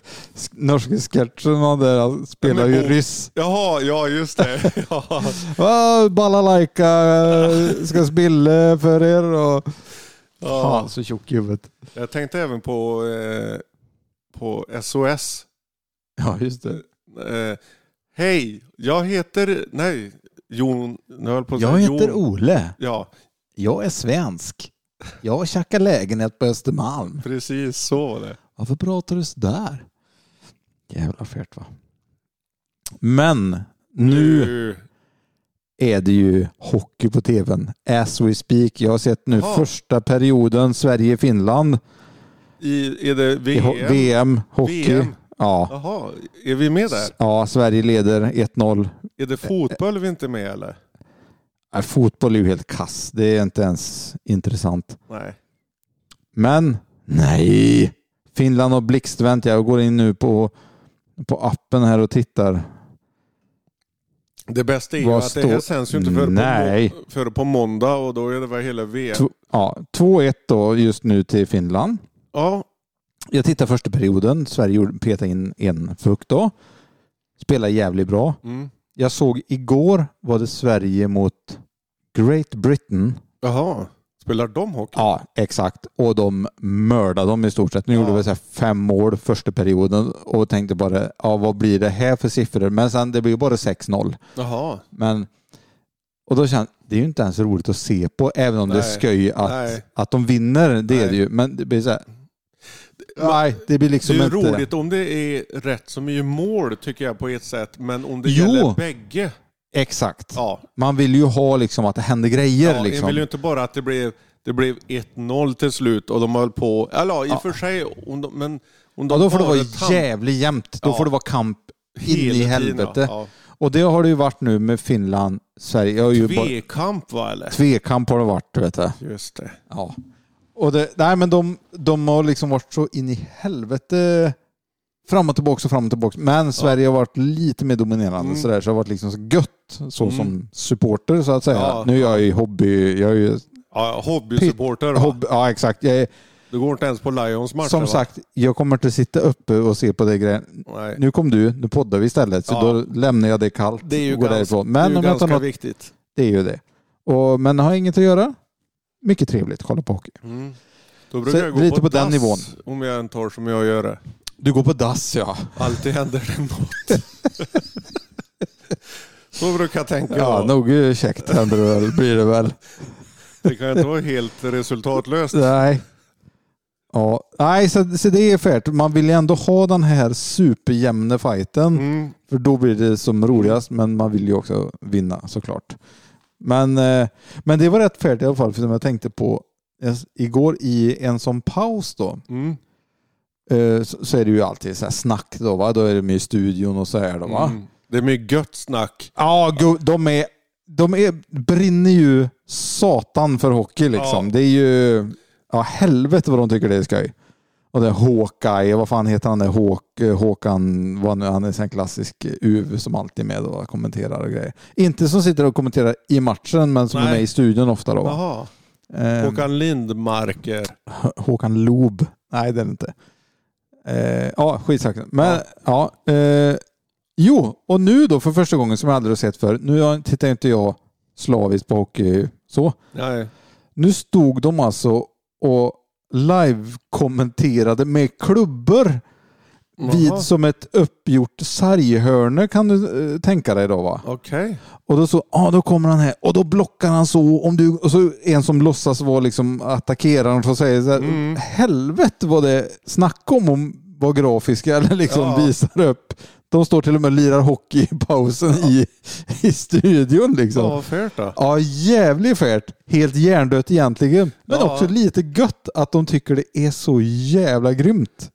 Speaker 2: norska sketchen han där han spelar
Speaker 3: Men,
Speaker 2: ju
Speaker 3: och-
Speaker 2: ryss.
Speaker 3: Jaha, ja just det. [laughs] Ja.
Speaker 2: Ah, Balalaika eh, ska spille för er och...
Speaker 3: Ja.
Speaker 2: Fan så tjock i huvudet.
Speaker 3: Jag tänkte även på, eh, på SOS.
Speaker 2: Ja just det.
Speaker 3: Eh, Hej, jag heter... Nej, Jon... Nu höll på att
Speaker 2: Jag
Speaker 3: säga
Speaker 2: heter
Speaker 3: Jon.
Speaker 2: Ole.
Speaker 3: Ja,
Speaker 2: Jag är svensk. Jag tjackar lägenhet på Östermalm.
Speaker 3: precis så var det.
Speaker 2: Varför pratar du sådär? Jävla färt va. Men nu är det ju hockey på tvn. As we speak. Jag har sett nu
Speaker 3: Ja.
Speaker 2: första perioden Sverige-Finland
Speaker 3: I, är det
Speaker 2: i ho-
Speaker 3: VM?
Speaker 2: VM hockey.
Speaker 3: VM.
Speaker 2: Ja.
Speaker 3: Jaha, är vi med där?
Speaker 2: ja, Sverige leder 1-0.
Speaker 3: Är det fotboll vi inte är med eller?
Speaker 2: Nej, Äh, fotboll är ju helt kass. Det är inte ens intressant.
Speaker 3: Nej.
Speaker 2: Men nej, Finland har blixtvänt. Jag går in nu på, på appen här och tittar.
Speaker 3: Det bästa är ju
Speaker 2: Vad
Speaker 3: att det här
Speaker 2: står-
Speaker 3: sänds ju inte före på,
Speaker 2: Nej.
Speaker 3: må- före på måndag och då är det väl hela VM.
Speaker 2: Tv- Ja, 2-1 då just nu till Finland.
Speaker 3: Ja,
Speaker 2: Jag tittar första perioden. Sverige gjorde- petade in en fukt då. Spelar jävligt bra.
Speaker 3: mm.
Speaker 2: Jag såg igår var det Sverige mot Great Britain.
Speaker 3: jaha. Spelar de hockey?
Speaker 2: Ja, exakt. Och de mördade dem i stort sett. Nu gjorde
Speaker 3: Ja.
Speaker 2: vi så här fem mål första perioden och tänkte bara, ja vad blir det här för siffror? Men sen det blev bara 6-0.
Speaker 3: Jaha.
Speaker 2: Men, och då kände jag, det är ju inte ens roligt att se på, även om det
Speaker 3: Nej.
Speaker 2: är sköj att,
Speaker 3: Nej.
Speaker 2: att de vinner. Det är
Speaker 3: Nej.
Speaker 2: det ju. Men det blir så här, nej, det blir
Speaker 3: Det är
Speaker 2: liksom
Speaker 3: ju
Speaker 2: inte...
Speaker 3: roligt om det är rätt som är mål tycker jag på ett sätt. Men om det
Speaker 2: Jo.
Speaker 3: gäller bägge.
Speaker 2: Exakt.
Speaker 3: Ja,
Speaker 2: Man vill ju ha liksom att det händer grejer.
Speaker 3: ja, Jag
Speaker 2: liksom.
Speaker 3: vill ju inte bara att det blev, det blev 1-0 till slut och de höll på. Eller ja, i och för sig. Om de, men om de
Speaker 2: ja, då får det
Speaker 3: bara
Speaker 2: vara
Speaker 3: tam-
Speaker 2: jävligt jämnt. Då
Speaker 3: Ja.
Speaker 2: får det vara kamp in
Speaker 3: hela
Speaker 2: i
Speaker 3: tiden,
Speaker 2: helvete.
Speaker 3: Ja.
Speaker 2: Och det har det ju varit nu med Finland, Sverige. Jag har ju bara,
Speaker 3: Tvekamp va eller?
Speaker 2: tvekamp har det varit, vet du.
Speaker 3: Just det.
Speaker 2: Ja. Och det, nej, men de, de har liksom varit så in i helvete fram och tillbaka och fram och tillbaka. Men Sverige har varit lite mer dominerande
Speaker 3: Mm.
Speaker 2: sådär, så det har varit liksom så gött så
Speaker 3: Mm.
Speaker 2: som supporter så att säga.
Speaker 3: Ja.
Speaker 2: nu är jag ju hobby... Jag är ju,
Speaker 3: Ja, hobbysupporter va?
Speaker 2: hobby ja, exakt. Jag är,
Speaker 3: Du går inte ens på Lions matcher
Speaker 2: som
Speaker 3: va?
Speaker 2: sagt, jag kommer inte sitta uppe och se på det grejen.
Speaker 3: Nej.
Speaker 2: Nu kom du, nu poddar vi istället. Så
Speaker 3: Ja.
Speaker 2: då lämnar jag det kallt
Speaker 3: Det är ju
Speaker 2: och går
Speaker 3: ganska-
Speaker 2: därifrån.
Speaker 3: det är
Speaker 2: Men
Speaker 3: ju
Speaker 2: om jag tar
Speaker 3: ganska
Speaker 2: något,
Speaker 3: viktigt.
Speaker 2: det är ju det. Och, men har inget att göra. Mycket trevligt, kolla på hockey.
Speaker 3: Mm. Då brukar
Speaker 2: Så
Speaker 3: jag gå
Speaker 2: lite på den
Speaker 3: dass
Speaker 2: nivån.
Speaker 3: Om jag än tar som jag gör det.
Speaker 2: Du går på dass ja.
Speaker 3: Alltid händer
Speaker 2: [laughs]
Speaker 3: det något. Så brukar jag tänka.
Speaker 2: Ja,
Speaker 3: då.
Speaker 2: nog eh, käckt händer det väl, blir det väl.
Speaker 3: Det kan ju inte vara helt resultatlöst.
Speaker 2: Nej. Ja, nej, så, så det är färt. Man vill ju ändå ha den här superjämna fighten.
Speaker 3: Mm.
Speaker 2: För då blir det som roligast, men man vill ju också vinna såklart. Men, eh, men det var rätt färt i alla fall, för som jag tänkte på eh, igår i en sån paus då.
Speaker 3: Mm.
Speaker 2: eh, så, så är det ju alltid så här snack då va? Då är de i studion och så här då va?
Speaker 3: Mm. Det är mycket gött snack.
Speaker 2: Ja, go- de är... De är, brinner ju satan för hockey liksom.
Speaker 3: Ja.
Speaker 2: Det är ju... Ja, helvete vad de tycker det är skoj. Och det är Hawkeye, vad fan heter han där Hawk, eh, Håkan, vad nu, han är en sån här klassisk eh, UV som alltid är med och kommenterar och grejer. Inte som sitter och kommenterar i matchen, men som
Speaker 3: Nej.
Speaker 2: är med i studion ofta då. va?
Speaker 3: Jaha.
Speaker 2: Ehm,
Speaker 3: Håkan Lindmarker.
Speaker 2: H- Håkan Loob. Nej, det är det inte. Eh, ja, skitsaken. Men ja. eh, jo, och nu då för första gången som jag aldrig har sett förr. Nu har- tittar inte jag slaviskt på hockey så.
Speaker 3: Nej.
Speaker 2: Nu stod de alltså och live-kommenterade med klubbor vid
Speaker 3: Jaha.
Speaker 2: som ett uppgjort sarghörne kan du eh, tänka dig då va?
Speaker 3: Okej.
Speaker 2: Och då så, ja ah, då kommer han här och då blockar han så om du, och så en som låtsas vara liksom attackeraren och säger så här,
Speaker 3: Mm.
Speaker 2: helvete vad det snack om om var grafiska [laughs] eller liksom
Speaker 3: Ja.
Speaker 2: visar upp. De står till och med och lirar hockey i pausen i, i studion liksom.
Speaker 3: Ja,
Speaker 2: Ja.
Speaker 3: vad fört då.
Speaker 2: jävligt färt. Helt hjärndött egentligen. Men
Speaker 3: Ja.
Speaker 2: också lite gött att de tycker det är så jävla grymt.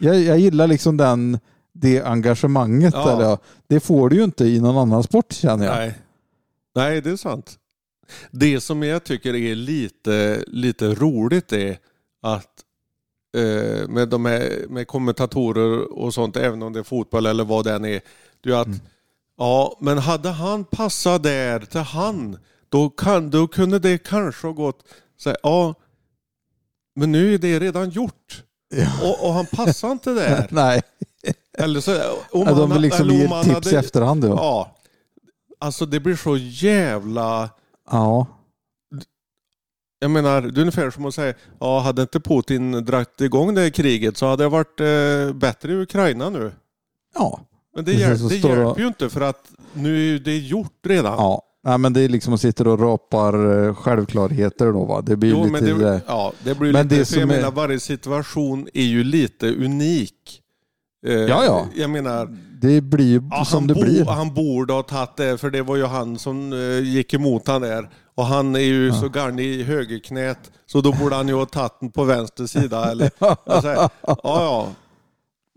Speaker 2: Jag, jag gillar liksom den, det engagemanget.
Speaker 3: Ja.
Speaker 2: Eller, ja, det får du ju inte i någon annan sport känner jag.
Speaker 3: Nej. Nej, det är sant. Det som jag tycker är lite, lite roligt är att eh, med, de här, med kommentatorer och sånt, även om det är fotboll eller vad det än är, det är ju att
Speaker 2: Mm.
Speaker 3: ja, men hade han passat där till han, då, kan, då kunde det kanske ha gått så här, ja, men nu är det redan gjort. Och, och han passar inte där.
Speaker 2: [laughs] Nej.
Speaker 3: Eller så, Eh, om
Speaker 2: Ja, de
Speaker 3: han-
Speaker 2: vill liksom
Speaker 3: eller om
Speaker 2: ge
Speaker 3: han
Speaker 2: tips i
Speaker 3: hade-
Speaker 2: efterhand. Ja.
Speaker 3: Ja. Alltså det blir så jävla...
Speaker 2: Ja.
Speaker 3: Jag menar, det är ungefär som att säga, ja hade inte Putin dragit igång det här kriget så hade jag varit eh, bättre i Ukraina nu.
Speaker 2: Ja.
Speaker 3: Men det,
Speaker 2: Precis,
Speaker 3: hjäl
Speaker 2: så
Speaker 3: det
Speaker 2: står det-
Speaker 3: hjälper ju inte för att nu är ju det gjort redan.
Speaker 2: ja. Nej, men det är liksom att sitter och rapar eh, självklarheter då va? Det blir
Speaker 3: jo,
Speaker 2: lite...
Speaker 3: men det, ja, det blir ju
Speaker 2: Men
Speaker 3: lite,
Speaker 2: det
Speaker 3: för
Speaker 2: som
Speaker 3: jag
Speaker 2: är-
Speaker 3: menar varje situation är ju lite unik. Eh,
Speaker 2: Ja, ja.
Speaker 3: Jag menar,
Speaker 2: det blir ju
Speaker 3: ja,
Speaker 2: som
Speaker 3: Ah, han,
Speaker 2: det
Speaker 3: bo,
Speaker 2: blir.
Speaker 3: han borde ha tagit det för det var ju han som eh, gick emot han där. Och han är ju så garnig i högerknät så då borde han ju ha tagit den på vänster
Speaker 2: [laughs]
Speaker 3: sida. Eller, alltså, ja, ja.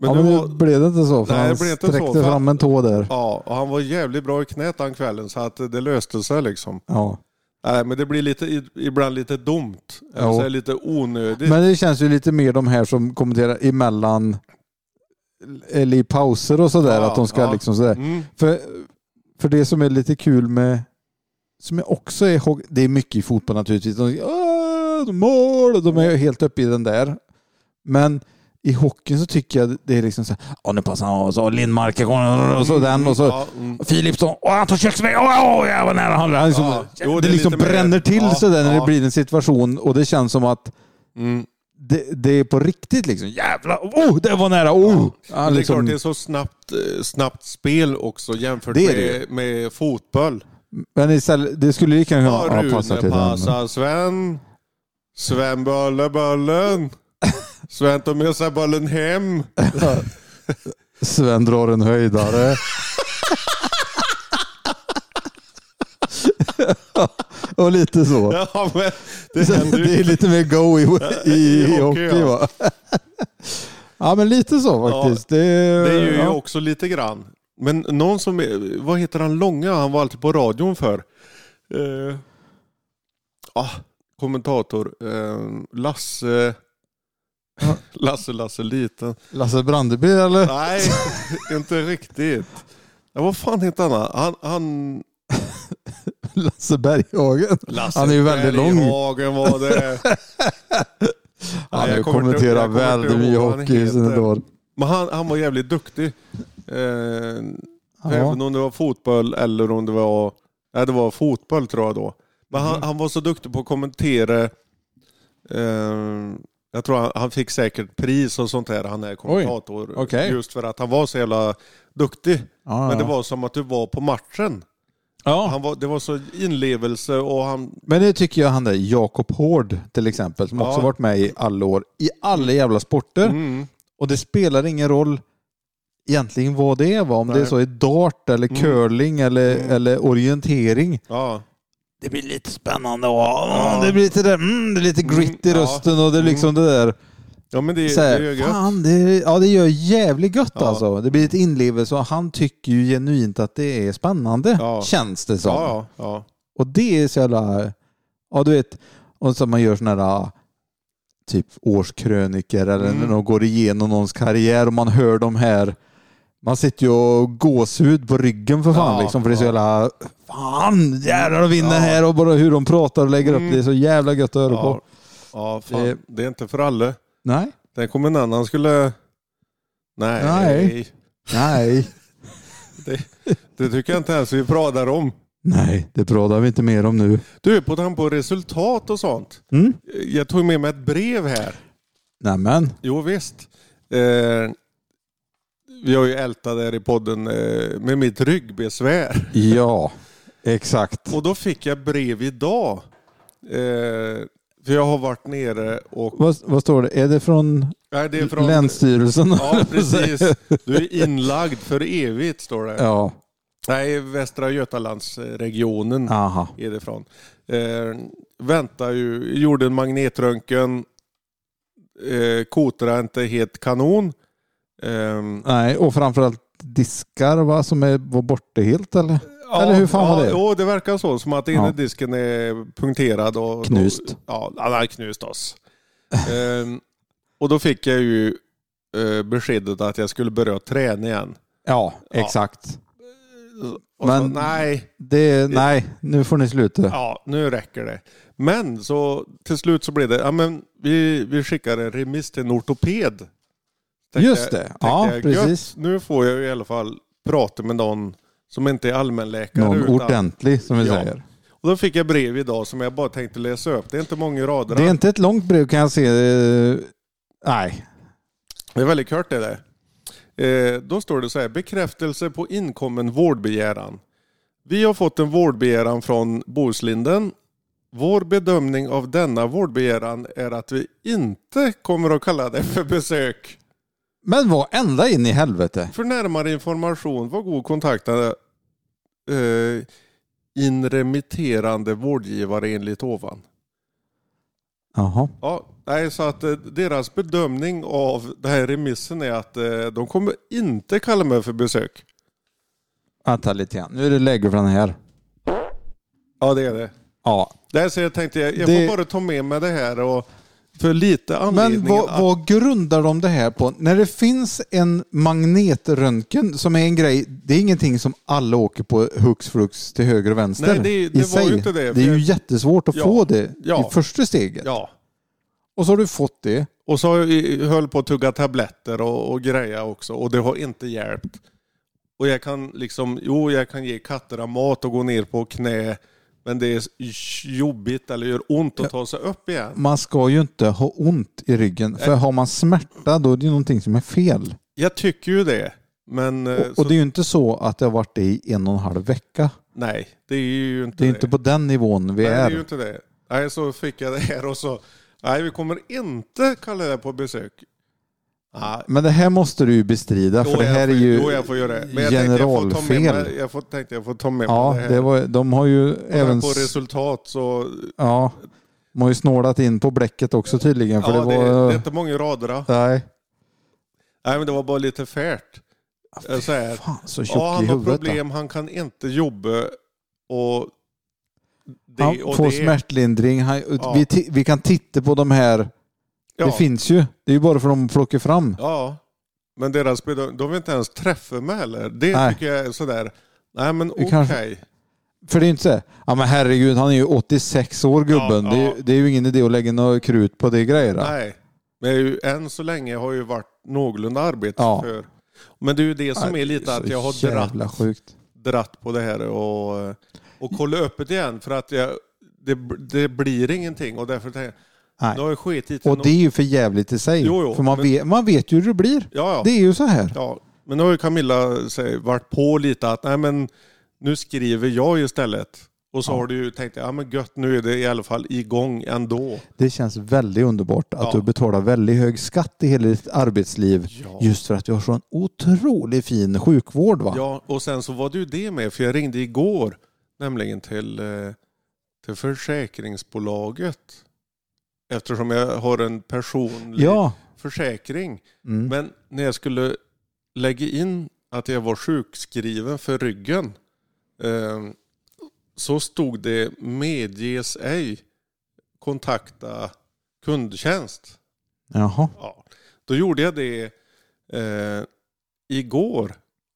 Speaker 3: Men
Speaker 2: ja,
Speaker 3: nu
Speaker 2: men
Speaker 3: var,
Speaker 2: det blev det inte så. För
Speaker 3: Nej,
Speaker 2: han
Speaker 3: det blev inte så,
Speaker 2: sträckte
Speaker 3: för-
Speaker 2: fram en tå där.
Speaker 3: ja, och han var jävligt bra i knät den kvällen så att eh, det löste sig liksom.
Speaker 2: Ja.
Speaker 3: Nej, men det blir lite, i- ibland lite dumt. Eller
Speaker 2: Jo.
Speaker 3: så är det lite onödigt.
Speaker 2: Men det känns ju lite mer de här som kommenterar emellan eller i pauser och sådär.
Speaker 3: Ja,
Speaker 2: att de ska
Speaker 3: ja.
Speaker 2: liksom sådär.
Speaker 3: Mm.
Speaker 2: För För det som är lite kul med, som jag också är ihåg- det är mycket i fotboll naturligtvis. De, "Åh, de mål, och de är helt uppe i den där. Men i hockeyn så tycker jag det är liksom så här, "Ja, nu passar han av, och så Lindmark, och så den och så
Speaker 3: Ja, mm.
Speaker 2: Philipsson, åh han tog köksväg, åh, åh jag var nära han. han liksom,
Speaker 3: Ja, jo,
Speaker 2: det,
Speaker 3: det är
Speaker 2: liksom
Speaker 3: lite mer-
Speaker 2: bränner till
Speaker 3: ja,
Speaker 2: så där när
Speaker 3: ja.
Speaker 2: det blir en situation och det känns som att
Speaker 3: Mm.
Speaker 2: det, det är på riktigt liksom. Jävlar, oh det var nära, oh! Ja,
Speaker 3: Men det är
Speaker 2: liksom,
Speaker 3: klart, det är så snabbt, eh, snabbt spel också jämfört
Speaker 2: Det är
Speaker 3: med, med fotboll.
Speaker 2: men istället, det skulle lika gärna
Speaker 3: Ja,
Speaker 2: kunna
Speaker 3: Rune
Speaker 2: ja, passa till den.
Speaker 3: passar Sven. Sven bollar bollen. Sven tar med sig bollen hem.
Speaker 2: Sven drar en
Speaker 3: [laughs]
Speaker 2: höjdare. [laughs] och lite så.
Speaker 3: [laughs] Ja, men det
Speaker 2: Så
Speaker 3: händer
Speaker 2: det
Speaker 3: ju.
Speaker 2: är lite mer go i, i, i hockey,
Speaker 3: I hockey,
Speaker 2: va? [laughs] ja men lite så
Speaker 3: Ja,
Speaker 2: faktiskt. det,
Speaker 3: Det är ju
Speaker 2: ja.
Speaker 3: också lite grann. Men någon som, är- vad heter han långa han var alltid på radion för? Eh, ah, kommentator. Eh, Lasse...
Speaker 2: Ja.
Speaker 3: [laughs] Lasse, Lasse liten.
Speaker 2: Lasse Brandeby eller?
Speaker 3: Nej, inte riktigt. Ja, vad fan heter han? Han, han
Speaker 2: [laughs] Lasse Berghagen.
Speaker 3: Lasse
Speaker 2: Han är ju väldigt lång.
Speaker 3: Berghagen var det.
Speaker 2: [laughs] Han
Speaker 3: jag
Speaker 2: har
Speaker 3: kommer inte- jag
Speaker 2: kommenterat
Speaker 3: kommer inte
Speaker 2: väldigt mycket
Speaker 3: ihåg vad han
Speaker 2: hockey i sina
Speaker 3: heter.
Speaker 2: dagar.
Speaker 3: Men han, han var jävligt duktig. Eh,
Speaker 2: Ja.
Speaker 3: Även om det var fotboll eller om det var... Nej, det var fotboll tror jag då. Men
Speaker 2: Mm.
Speaker 3: han, han var så duktig på att kommentera. Eh, jag tror han, han fick säkert pris och sånt där, han är kommentator.
Speaker 2: okej.
Speaker 3: Just för att han var så jävla duktig.
Speaker 2: Ja,
Speaker 3: Men det
Speaker 2: ja.
Speaker 3: var som att du var på matchen.
Speaker 2: Ja.
Speaker 3: Han var, det var så inlevelse och han...
Speaker 2: Men det tycker jag han där Jakob Hård till exempel, som
Speaker 3: Ja.
Speaker 2: också varit med i alla år, i alla jävla sporter.
Speaker 3: Mm,
Speaker 2: Och det spelar ingen roll egentligen vad det är, va? om det är
Speaker 3: Nej.
Speaker 2: så i dart eller
Speaker 3: Mm.
Speaker 2: curling eller,
Speaker 3: Mm.
Speaker 2: eller orientering.
Speaker 3: ja.
Speaker 2: Det blir lite spännande och mm, det blir lite, där, mm, det är lite grit i
Speaker 3: Mm, ja.
Speaker 2: rösten och det är liksom det där.
Speaker 3: ja, men det,
Speaker 2: Så här,
Speaker 3: det är ju gött.
Speaker 2: fan, det, är- ja, det gör jävligt gött
Speaker 3: Ja.
Speaker 2: alltså. Det blir ett inlevelse och han tycker ju genuint att det är spännande,
Speaker 3: Ja.
Speaker 2: känns det som.
Speaker 3: Ja, ja, ja.
Speaker 2: Och det är så jävla... Ja, du vet. Och så man gör sådana här ah, typ årskröniker eller
Speaker 3: Mm.
Speaker 2: när de går igenom någons karriär och man hör de här. Man sitter ju och gåshud på ryggen för fan
Speaker 3: Ja,
Speaker 2: liksom. För det är så
Speaker 3: ja.
Speaker 2: jävla... Fan, jävlar de vinner
Speaker 3: Ja.
Speaker 2: här och bara hur de pratar och lägger upp.
Speaker 3: Mm.
Speaker 2: Det är så jävla gött att höra på.
Speaker 3: Ja, ja fan.
Speaker 2: Det-
Speaker 3: Det... är inte för alla.
Speaker 2: Nej,
Speaker 3: Den kommer en annan skulle... Nej.
Speaker 2: Nej. nej,
Speaker 3: Det tycker jag inte ens vi pratar om.
Speaker 2: nej. Det pratar vi inte mer om nu.
Speaker 3: Du, på tal på resultat och sånt.
Speaker 2: Mm?
Speaker 3: Jag tog med mig ett brev här.
Speaker 2: Nämen.
Speaker 3: Jo visst. Eh, vi har ju ältat där i podden eh, med mitt ryggbesvär.
Speaker 2: Ja, exakt.
Speaker 3: Och då fick jag brev idag. Eh, för jag har varit nere och...
Speaker 2: Vad, vad står det? Är det från,
Speaker 3: Nej, det är från...
Speaker 2: Länsstyrelsen? [laughs]
Speaker 3: Ja, precis. Du är inlagd för evigt, står det.
Speaker 2: ja.
Speaker 3: Nej, Västra Götalandsregionen.
Speaker 2: Aha.
Speaker 3: är det ifrån. Eh, väntar ju, gjorde en magnetröntgen. Eh, kotorna är inte helt kanon. Ehm,
Speaker 2: Nej, och framförallt diskar va, som är, var borta helt eller?
Speaker 3: ja,
Speaker 2: Eller hur fan
Speaker 3: ja,
Speaker 2: var det?
Speaker 3: Jo, det verkar så. Som att
Speaker 2: Ja.
Speaker 3: innerdisken är punkterad. Och,
Speaker 2: Knust.
Speaker 3: Och, ja, han har knust oss. Ehm, och då fick jag ju eh, beskedet att jag skulle börja träna igen.
Speaker 2: Ja,
Speaker 3: Ja.
Speaker 2: exakt.
Speaker 3: Och
Speaker 2: Men-
Speaker 3: så, nej,
Speaker 2: Det, nej, nu får ni sluta.
Speaker 3: Ja, nu räcker det. Men så till slut så blev det, ja men vi, vi skickar en remiss till en ortoped. Tänkte
Speaker 2: Just
Speaker 3: jag-
Speaker 2: det.
Speaker 3: tänkte
Speaker 2: Ja,
Speaker 3: jag,
Speaker 2: precis.
Speaker 3: gött, Nu får jag i alla fall prata med någon som inte är allmänläkare.
Speaker 2: Någon
Speaker 3: utan,
Speaker 2: ordentlig som vi
Speaker 3: Ja.
Speaker 2: säger.
Speaker 3: Och då fick jag brev idag som jag bara tänkte läsa upp. Det är inte många rader.
Speaker 2: Det är inte ett långt brev kan jag se. Eh, Nej.
Speaker 3: Det är väldigt kort det där. Eh, då står det så här, bekräftelse på inkommen vårdbegäran. Vi har fått en vårdbegäran från Bohuslinden. Vår bedömning av denna vårdbegäran är att vi inte kommer att kalla det för besök.
Speaker 2: Men vad ända in i helvete.
Speaker 3: För närmare information var god kontakta eh, inremitterande vårdgivare enligt ovan.
Speaker 2: Jaha.
Speaker 3: Ja, nej, så att eh, deras bedömning av den här remissen är att eh, de kommer inte kalla mig för besök.
Speaker 2: Vänta lite grann. Nu är det läge för den här.
Speaker 3: Ja, det är det.
Speaker 2: Ja.
Speaker 3: Där så jag tänkte jag, jag
Speaker 2: Det-
Speaker 3: får bara ta med mig det här och För lite
Speaker 2: Men
Speaker 3: anledning.
Speaker 2: vad, vad grundar de det här på? När det finns en magnetröntgen som är en grej, det är ingenting som alla åker på hux flux till höger och vänster
Speaker 3: Nej, det- det
Speaker 2: i
Speaker 3: var
Speaker 2: sig.
Speaker 3: ju inte det,
Speaker 2: det är
Speaker 3: för-
Speaker 2: ju jättesvårt att
Speaker 3: Ja,
Speaker 2: få det
Speaker 3: ja.
Speaker 2: i första steget.
Speaker 3: Ja.
Speaker 2: Och så har du fått det.
Speaker 3: Och så har jag- höll på att tugga tabletter och, och greja också. Och det har inte hjälpt. Och jag kan liksom, jo jag kan ge katterna mat och gå ner på knä. Men det är jobbigt eller gör ont att ta sig upp igen.
Speaker 2: Man ska ju inte ha ont i ryggen. För har man smärta då är det ju någonting som är fel.
Speaker 3: Jag tycker ju det. Men eh,
Speaker 2: Och,
Speaker 3: så,
Speaker 2: och det är ju inte så att det har varit det i en och en halv vecka.
Speaker 3: nej, det är ju inte
Speaker 2: Det är inte på den nivån vi
Speaker 3: Nej, det är
Speaker 2: är.
Speaker 3: ju inte det. Nej, så fick jag det här och så. Nej, vi kommer inte kalla det på besök. Nej,
Speaker 2: Men det här måste du ju bestrida
Speaker 3: jo,
Speaker 2: för det
Speaker 3: jag
Speaker 2: här är
Speaker 3: får-
Speaker 2: ju
Speaker 3: jo, jag får göra det. Men jag Tänkte jag, får ta med
Speaker 2: generalfel.
Speaker 3: mig, jag får, tänkte jag får ta med
Speaker 2: Ja,
Speaker 3: mig det här.
Speaker 2: det var, de har ju även
Speaker 3: på
Speaker 2: s-
Speaker 3: resultat så...
Speaker 2: ja, de har ju snålat in på bläcket också tydligen. För
Speaker 3: ja,
Speaker 2: det
Speaker 3: det,
Speaker 2: var,
Speaker 3: det är inte många rader. Då.
Speaker 2: Nej,
Speaker 3: Nej, men det var bara lite färt. Så här.
Speaker 2: fan så tjock
Speaker 3: Ja,
Speaker 2: i
Speaker 3: han har
Speaker 2: huvudet. då.
Speaker 3: problem, han kan inte jobba och... Det,
Speaker 2: han
Speaker 3: och
Speaker 2: får
Speaker 3: det,
Speaker 2: smärtlindring. Han,
Speaker 3: Ja.
Speaker 2: vi, ti- vi kan titta på de här.
Speaker 3: ja,
Speaker 2: Det finns ju. Det är ju bara för de plockar fram.
Speaker 3: Ja, men deras bedömning, de vill inte ens träffa mig heller. Det
Speaker 2: Nej.
Speaker 3: tycker jag är sådär, nej men okej.
Speaker 2: kanske- För det är ju inte så här, ja men herregud han är ju 86 år gubben.
Speaker 3: Ja,
Speaker 2: Det, är,
Speaker 3: ja.
Speaker 2: ju- det är ju ingen idé att lägga något krut på det grejerna.
Speaker 3: Nej, men jag är ju, än så länge har jag ju varit någorlunda
Speaker 2: Ja.
Speaker 3: arbetsför. Men det är ju det som
Speaker 2: Nej,
Speaker 3: är lite att
Speaker 2: så
Speaker 3: jag har dratt,
Speaker 2: jävla sjukt.
Speaker 3: dratt på det här och, och kolla öppet igen för att jag, det, det blir ingenting och därför tänker
Speaker 2: Nej.
Speaker 3: jag, nu har jag skitit i
Speaker 2: Och
Speaker 3: no-
Speaker 2: det är ju för jävligt i sig.
Speaker 3: Jo, jo,
Speaker 2: för man,
Speaker 3: men-
Speaker 2: vet, man vet ju hur det blir.
Speaker 3: ja, ja.
Speaker 2: Det är ju så här.
Speaker 3: Ja, men nu har ju Camilla säg, varit på lite att nej men nu skriver jag istället. Och så har du ju tänkt, ja men gött nu är det i alla fall igång ändå.
Speaker 2: Det känns väldigt underbart att
Speaker 3: Ja.
Speaker 2: du betalar väldigt hög skatt i hela ditt arbetsliv
Speaker 3: Ja.
Speaker 2: just för att du har sån otroligt fin sjukvård. Va?
Speaker 3: Ja, och sen så var det ju det med, för jag ringde igår nämligen till, eh, till försäkringsbolaget. Eftersom jag har en personlig
Speaker 2: Ja.
Speaker 3: försäkring.
Speaker 2: Mm.
Speaker 3: Men när jag skulle lägga in att jag var sjukskriven för ryggen eh, så stod det medges ej kontakta kundtjänst.
Speaker 2: Jaha.
Speaker 3: Ja. Då gjorde jag det eh, igår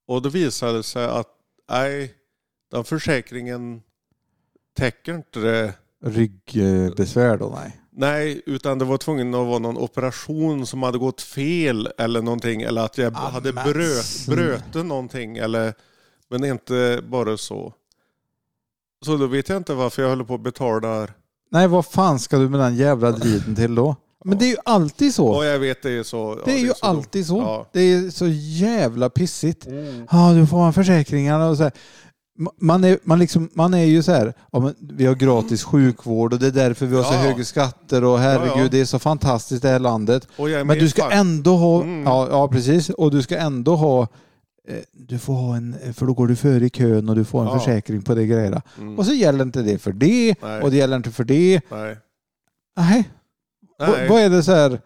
Speaker 3: och då visade det sig att nej, den försäkringen täcker inte det.
Speaker 2: Ryggbesvär då? Nej.
Speaker 3: Nej, utan det var tvungen att vara någon operation som hade gått fel eller någonting. Eller att jag
Speaker 2: Ah,
Speaker 3: hade
Speaker 2: men
Speaker 3: bröt,
Speaker 2: sn-
Speaker 3: bröten någonting. Eller, men inte bara så. Så då vet jag inte varför jag håller på och betalar.
Speaker 2: Nej, vad fan ska du med den jävla driden till då? Men det är ju alltid så.
Speaker 3: Ja, jag vet det är så. ja,
Speaker 2: Det är ju
Speaker 3: så dumt.
Speaker 2: alltid så.
Speaker 3: Ja.
Speaker 2: Det är så jävla pissigt. Ja, du får ha försäkringar och så här. Ma- Man är, man, liksom, man är ju så här, ja, men vi har gratis sjukvård och det är därför vi har så
Speaker 3: Ja.
Speaker 2: höga skatter och herregud
Speaker 3: Ja, ja.
Speaker 2: det är så fantastiskt det här landet.
Speaker 3: Och jag är
Speaker 2: Men
Speaker 3: med
Speaker 2: du
Speaker 3: i
Speaker 2: ska
Speaker 3: fack.
Speaker 2: ändå ha,
Speaker 3: Mm.
Speaker 2: ja, ja precis, och du ska ändå ha, eh, du får ha en, för då går du före i kön och du får en
Speaker 3: Ja.
Speaker 2: försäkring på det grejerna.
Speaker 3: Mm.
Speaker 2: Och så gäller inte det för det
Speaker 3: Nej.
Speaker 2: och det gäller inte för det.
Speaker 3: Nej.
Speaker 2: Nej,
Speaker 3: Nej.
Speaker 2: Vad- vad är det så här,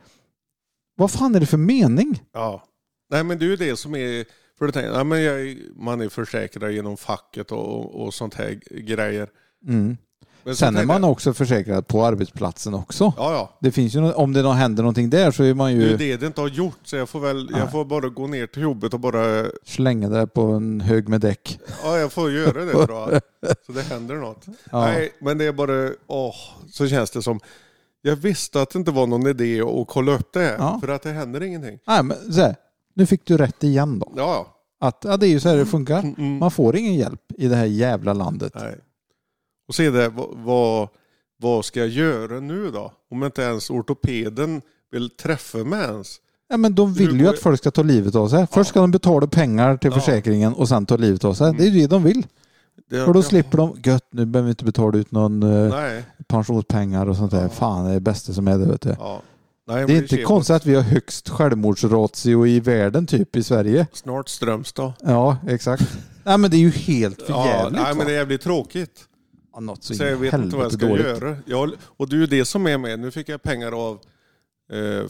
Speaker 2: vad fan är det för mening?
Speaker 3: Ja. Nej men det är ju det som är, för du tänker, nej, men jag, är- man är försäkrad genom facket och, och sånt här grejer.
Speaker 2: Mm.
Speaker 3: Men så
Speaker 2: Sen är
Speaker 3: tänker
Speaker 2: man
Speaker 3: jag-
Speaker 2: också försäkrad på arbetsplatsen också.
Speaker 3: Ja, ja.
Speaker 2: Det finns ju, nå- om det nå- händer någonting där så är man
Speaker 3: Det är ju
Speaker 2: ju
Speaker 3: det det inte har gjort så jag får väl,
Speaker 2: Eh, Nej.
Speaker 3: jag får bara gå ner till jobbet och bara,
Speaker 2: slänga det på en hög med däck.
Speaker 3: ja jag får göra det tror
Speaker 2: [laughs]
Speaker 3: jag. Så det händer något.
Speaker 2: Ja.
Speaker 3: Nej, men det är bara, åh, så känns det som. Jag visste att det inte var någon idé att kolla upp det här,
Speaker 2: Ja.
Speaker 3: för att det händer ingenting.
Speaker 2: Nej, men så här, nu fick du rätt igen då.
Speaker 3: Ja, ja.
Speaker 2: Att, ja, det är ju så här det funkar.
Speaker 3: Mm, mm.
Speaker 2: Man får ingen hjälp i det här jävla landet.
Speaker 3: Nej. Och se det, vad, vad, vad ska jag göra nu då? Om inte ens ortopeden vill träffa mig ens.
Speaker 2: Ja, men de
Speaker 3: Hur
Speaker 2: vill ju
Speaker 3: går
Speaker 2: att
Speaker 3: det-
Speaker 2: folk ska ta livet av sig. Först ska de betala pengar till
Speaker 3: Ja.
Speaker 2: försäkringen och sen ta livet av sig. Det är ju det de vill.
Speaker 3: Det,
Speaker 2: För då slipper de, gött nu behöver vi inte betala ut någon eh,
Speaker 3: Nej,
Speaker 2: pensionspengar och sånt där.
Speaker 3: Ja.
Speaker 2: Fan, det är det bästa som är det vet du.
Speaker 3: ja. Nej, men
Speaker 2: Det är inte
Speaker 3: kemi-
Speaker 2: konstigt att vi har högst självmordsratio i världen typ i Sverige.
Speaker 3: Snart Strömstad.
Speaker 2: Ja, exakt.
Speaker 3: [laughs]
Speaker 2: Nej men det är ju helt för jävligt.
Speaker 3: nej, men det
Speaker 2: va?
Speaker 3: är jävligt tråkigt.
Speaker 2: Ja, Något så,
Speaker 3: Så jag vet inte vad jag
Speaker 2: helvete
Speaker 3: ska
Speaker 2: dåligt.
Speaker 3: göra. Jag, och det är ju det som är med. Nu fick jag pengar av eh,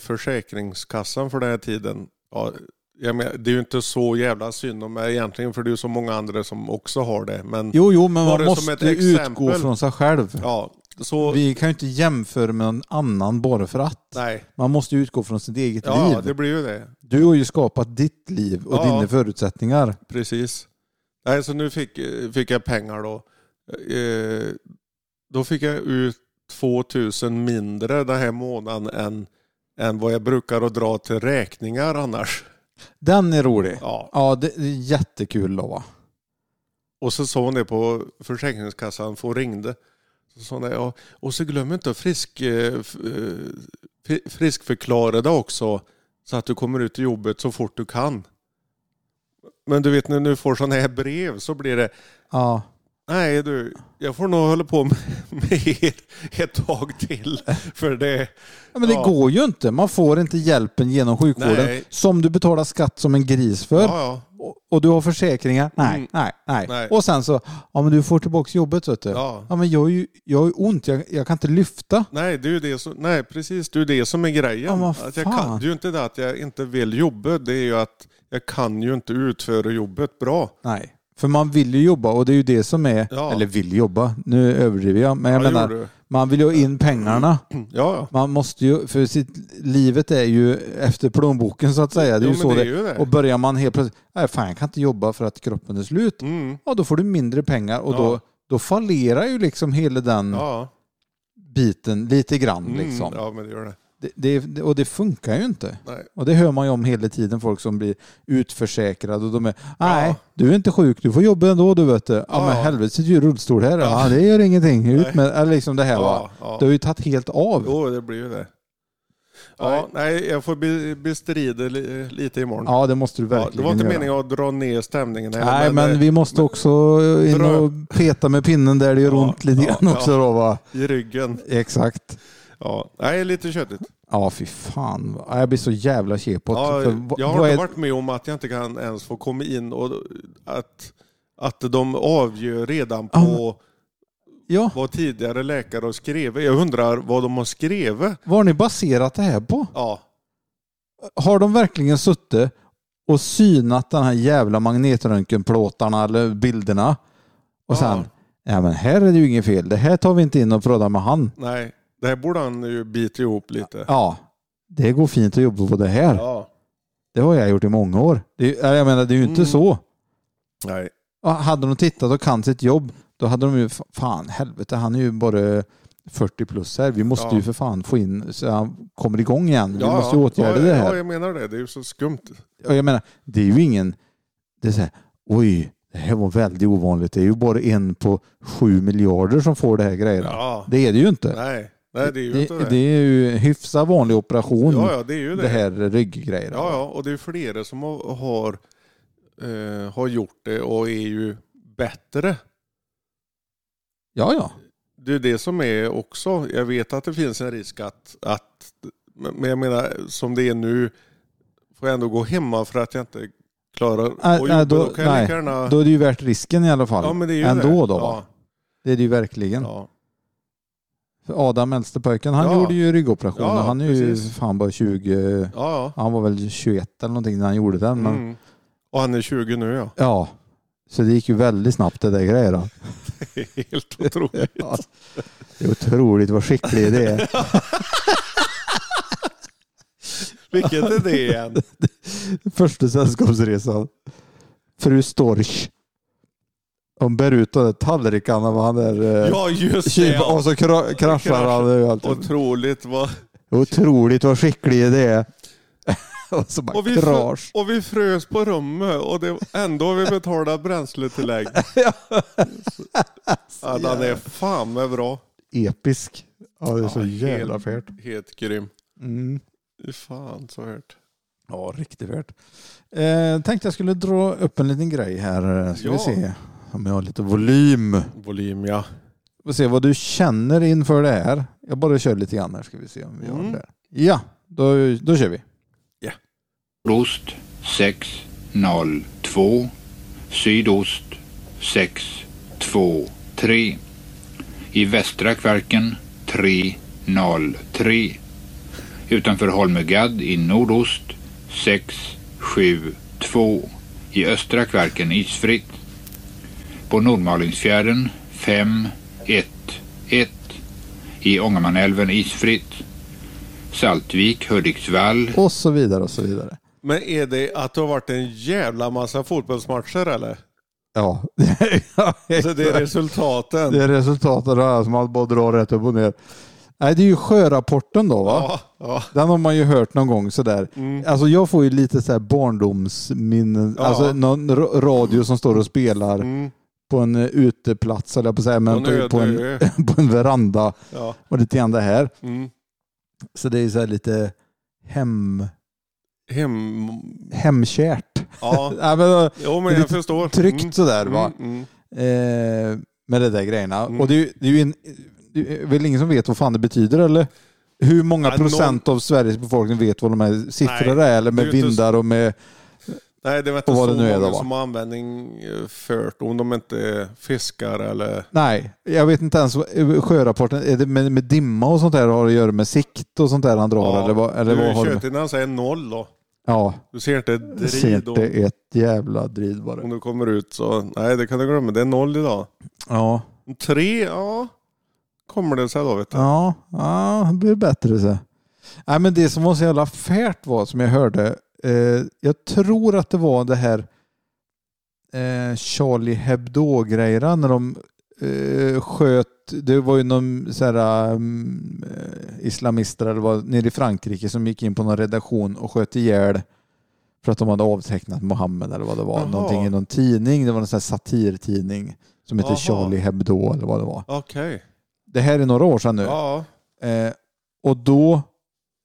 Speaker 3: Försäkringskassan för den här tiden. Ja, jag men, det är ju inte så jävla synd om mig egentligen för det är ju så många andra som också har det. Men
Speaker 2: Jo, jo, men man
Speaker 3: Var det som
Speaker 2: måste
Speaker 3: ett
Speaker 2: ju
Speaker 3: exempel?
Speaker 2: utgå från sig själv.
Speaker 3: ja, Så,
Speaker 2: Vi kan ju inte jämföra med någon annan bara för att.
Speaker 3: nej,
Speaker 2: Man måste ju utgå från sitt eget
Speaker 3: ja
Speaker 2: liv.
Speaker 3: det blir ju det.
Speaker 2: Du har ju skapat ditt liv och
Speaker 3: Ja.
Speaker 2: dina förutsättningar.
Speaker 3: Precis. Nej, så nu fick, fick jag pengar då. Eh, då fick jag ut 2000 mindre den här månaden än, än vad jag brukar att dra till räkningar annars.
Speaker 2: Den är rolig.
Speaker 3: Ja.
Speaker 2: Ja, det är jättekul Lova.
Speaker 3: Och så sa hon det på Försäkringskassan, för hon ringde. Så sa hon det, ja. Och så glöm inte att frisk, eh, f- eh, fri- friskförklara dig också så att du kommer ut till jobbet så fort du kan. Men du vet när du får sådana här brev så blir det
Speaker 2: Ja.
Speaker 3: Nej du, jag får nog hålla på med, [laughs] med er ett tag till. För det,
Speaker 2: Ja, men det
Speaker 3: Ja.
Speaker 2: går ju inte. Man får inte hjälpen genom sjukvården
Speaker 3: Nej.
Speaker 2: som du betalar skatt som en gris för.
Speaker 3: ja, ja,
Speaker 2: Och, och du har försäkringar. Nej,
Speaker 3: Mm.
Speaker 2: nej, nej,
Speaker 3: Nej.
Speaker 2: Och sen så, ja men du får tillbaka jobbet vet du.
Speaker 3: ja.
Speaker 2: Ja, men jag har ju jag har ju ont, jag, jag kan inte lyfta.
Speaker 3: Nej, det är ju det som, nej, precis, det är ju det som är
Speaker 2: Ja,
Speaker 3: grejen.
Speaker 2: vad
Speaker 3: att jag
Speaker 2: fan.
Speaker 3: kan, det är ju inte det att jag inte vill jobba, det är ju att jag kan ju inte utföra jobbet bra.
Speaker 2: Nej. För man vill ju jobba och det är ju det som är,
Speaker 3: Ja.
Speaker 2: eller vill jobba, nu överdriver jag, men jag
Speaker 3: Ja, det
Speaker 2: menar,
Speaker 3: gjorde
Speaker 2: man vill ju ha in pengarna.
Speaker 3: du. Ja, ja.
Speaker 2: Man måste ju, för sitt, livet är ju efter plånboken så att säga. Det är
Speaker 3: Jo,
Speaker 2: ju
Speaker 3: men
Speaker 2: så
Speaker 3: det
Speaker 2: det
Speaker 3: är ju det.
Speaker 2: Och börjar man helt plötsligt, nej fan jag kan inte jobba för att kroppen är slut.
Speaker 3: Mm,
Speaker 2: Ja då får du mindre pengar och
Speaker 3: Ja.
Speaker 2: då, då fallerar ju liksom hela den
Speaker 3: ja.
Speaker 2: biten lite grann.
Speaker 3: Mm,
Speaker 2: liksom.
Speaker 3: ja, men det gör det.
Speaker 2: Det, det, och det funkar ju inte.
Speaker 3: Nej.
Speaker 2: Och det hör man ju om hela tiden, folk som blir utförsäkrade och de är, nej
Speaker 3: Ja.
Speaker 2: du är inte sjuk, du får jobba ändå du vet du. Ja,
Speaker 3: Ja.
Speaker 2: men helvete sitter ju i rullstol här, ja.
Speaker 3: Ja.
Speaker 2: det gör ingenting.
Speaker 3: Nej.
Speaker 2: Ut med, eller liksom det här va.
Speaker 3: Ja, ja.
Speaker 2: Det har ju tagit helt av.
Speaker 3: Jo, det blir ju det. Ja, nej, jag får be- bestrida li, lite imorgon.
Speaker 2: Ja det måste du
Speaker 3: Ja,
Speaker 2: verkligen
Speaker 3: det var inte
Speaker 2: göra.
Speaker 3: meningen att dra ner stämningen. här,
Speaker 2: Nej, men,
Speaker 3: eh,
Speaker 2: vi måste också eh, in
Speaker 3: Dra-
Speaker 2: och peta med pinnen där det gör
Speaker 3: Ja,
Speaker 2: ont lite
Speaker 3: ja,
Speaker 2: grann också.
Speaker 3: ja.
Speaker 2: Då, va?
Speaker 3: I ryggen.
Speaker 2: Exakt.
Speaker 3: Ja, nej, lite köttigt.
Speaker 2: Ja, fy fan. Ja, Jag blir så jävla kepot.
Speaker 3: Ja,
Speaker 2: För vad-
Speaker 3: jag
Speaker 2: vad
Speaker 3: har
Speaker 2: är-
Speaker 3: inte varit med om att jag inte kan ens få komma in och att, att de avgör redan på
Speaker 2: Ja, ja,
Speaker 3: vad tidigare läkare har skrivit. Jag undrar vad de har skrivit.
Speaker 2: vad har ni baserat det här på?
Speaker 3: Ja,
Speaker 2: Har de verkligen suttit och synat den här jävla magnetröntgenplåtarna eller bilderna? Och
Speaker 3: Ja.
Speaker 2: sen, ja men här är det ju inget fel. Det här tar vi inte in och pratar med han.
Speaker 3: nej. Det här borde han ju bita ihop lite.
Speaker 2: Ja, det går fint att jobba på det här.
Speaker 3: Ja. Det-
Speaker 2: Det har jag gjort i många år. Det, är- jag menar, det är ju inte
Speaker 3: Mm.
Speaker 2: så.
Speaker 3: Nej.
Speaker 2: Ja, Hade de tittat och kan sitt jobb, då hade de ju, fa- fan helvete, han är ju bara 40 plus här. Vi måste
Speaker 3: Ja.
Speaker 2: ju för fan få in så han kommer igång igen. Vi
Speaker 3: Ja,
Speaker 2: måste ju åtgärda
Speaker 3: ja,
Speaker 2: det
Speaker 3: Ja,
Speaker 2: här.
Speaker 3: jag menar det. Det är ju så skumt.
Speaker 2: Och jag menar, det är ju ingen, det är så här, oj, det här var väldigt ovanligt. Det är ju bara en på 7 miljarder som får det här grejerna.
Speaker 3: Ja.
Speaker 2: Det är det ju inte.
Speaker 3: Nej. nej, det är ju inte det.
Speaker 2: det är ju hyfsat vanlig operation,
Speaker 3: ja, ja, det är ju
Speaker 2: det.
Speaker 3: det.
Speaker 2: här ryggrejerna.
Speaker 3: Ja, ja, och det är flera som har, har, eh, har gjort det och är ju bättre.
Speaker 2: ja, ja.
Speaker 3: Det är det som är också, jag vet att det finns en risk att, att men jag menar som det är nu får jag ändå gå hemma för att jag inte klarar
Speaker 2: Nej,
Speaker 3: och
Speaker 2: Äh, nej,
Speaker 3: jobba.
Speaker 2: då-
Speaker 3: Då, kan jag
Speaker 2: nej.
Speaker 3: lika gärna...
Speaker 2: Då är det ju värt risken i alla fall.
Speaker 3: ja, men det är ju
Speaker 2: Ändå
Speaker 3: det.
Speaker 2: då, va?
Speaker 3: Ja,
Speaker 2: Det är det ju verkligen.
Speaker 3: ja.
Speaker 2: För Adam, äldste pojken, han
Speaker 3: Ja.
Speaker 2: gjorde ju ryggoperationer.
Speaker 3: Ja,
Speaker 2: han är ju
Speaker 3: precis.
Speaker 2: fan bara 20,
Speaker 3: ja,
Speaker 2: han var väl 21 eller någonting när han gjorde den.
Speaker 3: ja.
Speaker 2: Men,
Speaker 3: Mm. Och han är 20 nu ja. [laughs]
Speaker 2: ja. Så det gick ju väldigt snabbt det där grejerna.
Speaker 3: Helt otroligt.
Speaker 2: Ja. Det är otroligt vad skicklig det
Speaker 3: [laughs]
Speaker 2: är.
Speaker 3: Vilket är det igen?
Speaker 2: Första sällskapsresan. Fru Storch. Hon bär ut de där tallrikarna vad han är
Speaker 3: Ja just det.
Speaker 2: kyl,
Speaker 3: ja.
Speaker 2: och så kra, kraschar han. och allt.
Speaker 3: Otroligt vad
Speaker 2: Otroligt vad skicklig det är. [laughs] och så bara
Speaker 3: Och vi, frö,
Speaker 2: krasch.
Speaker 3: och vi frös på rummet och det, ändå har vi
Speaker 2: [laughs]
Speaker 3: betalat bränsletillägg. ja, den är fan med bra.
Speaker 2: Episk. Ja, det är så
Speaker 3: Ja,
Speaker 2: jävla
Speaker 3: helt-
Speaker 2: färt.
Speaker 3: Helt grym.
Speaker 2: Mm.
Speaker 3: Fy Fan så hört.
Speaker 2: Ja, riktigt värt. Eh, tänkte jag skulle dra upp en liten grej här. Ska vi
Speaker 3: Ja.
Speaker 2: se om jag har lite volym.
Speaker 3: Volym ja.
Speaker 2: Vi får se vad du känner inför det här. Jag bara kör lite grann här ska vi se om vi har
Speaker 3: Mm.
Speaker 2: det. där. Ja, då, då kör vi.
Speaker 4: Ost 602 Sydost 623 I västra kvarken 303 Utanför Holmögadd i nordost 672 I östra kvarken isfritt På Nordmalingsfjärden 511 i Ångermanälven isfritt. Saltvik, Hudiksvall,
Speaker 2: Och så vidare och så vidare.
Speaker 3: Men är det att det har varit en jävla massa fotbollsmatcher eller?
Speaker 2: Ja, [laughs] Ja,
Speaker 3: Så det är resultaten.
Speaker 2: det är resultatet här som man bara drar rätt upp och ner. Nej, det är ju sjörapporten då va?
Speaker 3: Ja, ja.
Speaker 2: Den har man ju hört någon gång sådär. Alltså jag får ju lite så här barndomsminnen,
Speaker 3: Ja.
Speaker 2: alltså någon ra- radio som står och spelar på en eh, uteplats eller jag på att säga, men
Speaker 3: Någon
Speaker 2: på, på, en,
Speaker 3: öde ö.
Speaker 2: [laughs] på en veranda
Speaker 3: ja.
Speaker 2: och lite grann det här.
Speaker 3: Mm.
Speaker 2: Så det är ju så här lite hem,
Speaker 3: Hem...
Speaker 2: hemkärt.
Speaker 3: Ja.
Speaker 2: Nej, men, eh,
Speaker 3: [laughs] Jo,
Speaker 2: Det
Speaker 3: men
Speaker 2: är
Speaker 3: jag
Speaker 2: lite
Speaker 3: förstår.
Speaker 2: tryggt sådär va.
Speaker 3: Mm, mm.
Speaker 2: Eh, med de där grejerna.
Speaker 3: Mm.
Speaker 2: Och det är ju, det är ju en, det är väl ingen som vet vad fan det betyder eller? Hur många
Speaker 3: Ja,
Speaker 2: procent av Sveriges befolkning vet vad de här siffrorna
Speaker 3: Nej,
Speaker 2: är eller med
Speaker 3: det är ju inte
Speaker 2: vindar och med...
Speaker 3: Nej, det är inte
Speaker 2: Och vad
Speaker 3: så
Speaker 2: det nu är
Speaker 3: många
Speaker 2: då, va?
Speaker 3: som har användning eh, för det om de inte fiskar eller...
Speaker 2: Nej, jag vet inte ens vad- sjörapporten. Är det med, med dimma och sånt där har det att göra med sikt och sånt där han drar?
Speaker 3: Ja,
Speaker 2: eller vad, eller
Speaker 3: Du
Speaker 2: vad har det med?
Speaker 3: är köttig när han säger noll då.
Speaker 2: Ja,
Speaker 3: Du ser inte ett
Speaker 2: jag ser
Speaker 3: drid
Speaker 2: inte
Speaker 3: då.
Speaker 2: ett jävla drid bara.
Speaker 3: Om du kommer ut så, nej det kan du glömma, det är noll idag.
Speaker 2: Ja,
Speaker 3: Tre, ja. Kommer det sig då vet du.
Speaker 2: ja, ja det blir bättre så. Nej, men det som var så jävla färt var, som jag hörde, eh, jag tror att det var det här eh, Charlie Hebdo-grejerna när de eh, sköt, det var ju någon så här, mm, eh, islamister eller vad, nere i Frankrike som gick in på någon redaktion och sköt ihjäl för att de hade avtecknat Mohammed eller vad det var,
Speaker 3: Jaha.
Speaker 2: någonting i någon tidning, det var en sån här satirtidning som heter
Speaker 3: Jaha.
Speaker 2: Charlie Hebdo eller vad det var.
Speaker 3: Okej.
Speaker 2: Det här är några år sedan nu.
Speaker 3: Ja.
Speaker 2: Eh, och då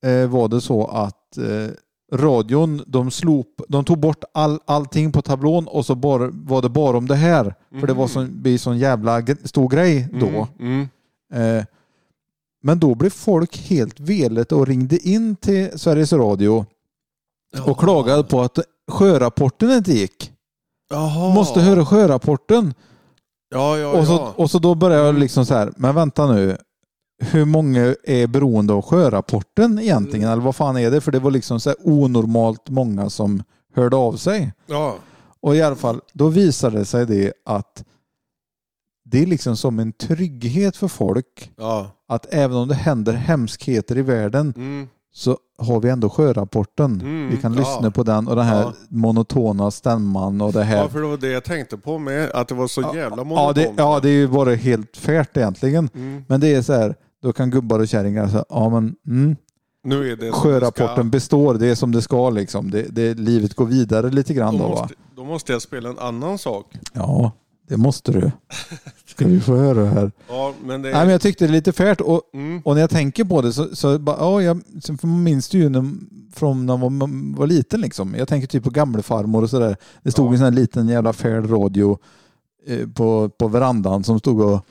Speaker 2: eh, var det så att eh, radion, de, slop, de tog bort all, allting på tablån och så bara, var det bara om det här. För det var så, blir sån jävla gre- stor grej då.
Speaker 3: Mm, mm.
Speaker 2: Eh, men då blev folk helt velet och ringde in till Sveriges Radio
Speaker 3: mm.
Speaker 2: och klagade på att sjörapporten inte gick.
Speaker 3: Jaha.
Speaker 2: Måste höra sjörapporten.
Speaker 3: Ja, ja,
Speaker 2: Och så,
Speaker 3: ja.
Speaker 2: och så då började jag liksom så här, men vänta nu. Hur många är beroende av sjörapporten
Speaker 3: Mm.
Speaker 2: egentligen? Eller vad fan är det? För det var liksom så här onormalt många som hörde av sig.
Speaker 3: ja.
Speaker 2: Och i alla fall, då visade det sig det att det är liksom som en trygghet för folk
Speaker 3: ja.
Speaker 2: att även om det händer hemskheter i världen
Speaker 3: Mm.
Speaker 2: så har vi ändå sjörapporten.
Speaker 3: Mm,
Speaker 2: vi kan
Speaker 3: ja.
Speaker 2: lyssna på den och den här
Speaker 3: Ja.
Speaker 2: monotona stämman och det här.
Speaker 3: ja, för det var det jag tänkte på med. Att det var så jävla
Speaker 2: Eh, Ja,
Speaker 3: monotont.
Speaker 2: det, ja, det är ju bara helt färt egentligen.
Speaker 3: Mm.
Speaker 2: Men det är så här, då kan gubbar och kärringar säga, ja men mm,
Speaker 3: Nu är det som det ska.
Speaker 2: sjörapporten består, det är som det ska liksom. Det, det, livet går vidare lite grann då
Speaker 3: Då
Speaker 2: va?
Speaker 3: måste, då måste jag spela en annan sak.
Speaker 2: Ja, det måste
Speaker 3: [laughs]
Speaker 2: du. Ska vi få höra här?
Speaker 3: Ja, men det...
Speaker 2: Nej men jag tyckte det är lite färt och,
Speaker 3: Mm.
Speaker 2: och när jag tänker på det så, så bara, ja, jag så minns du ju när, från när man var- var liten liksom. Jag tänker typ på gamlefarmor och sådär. Det stod
Speaker 3: Ja.
Speaker 2: en sån här liten jävla färd radio eh, på, på verandan som stod och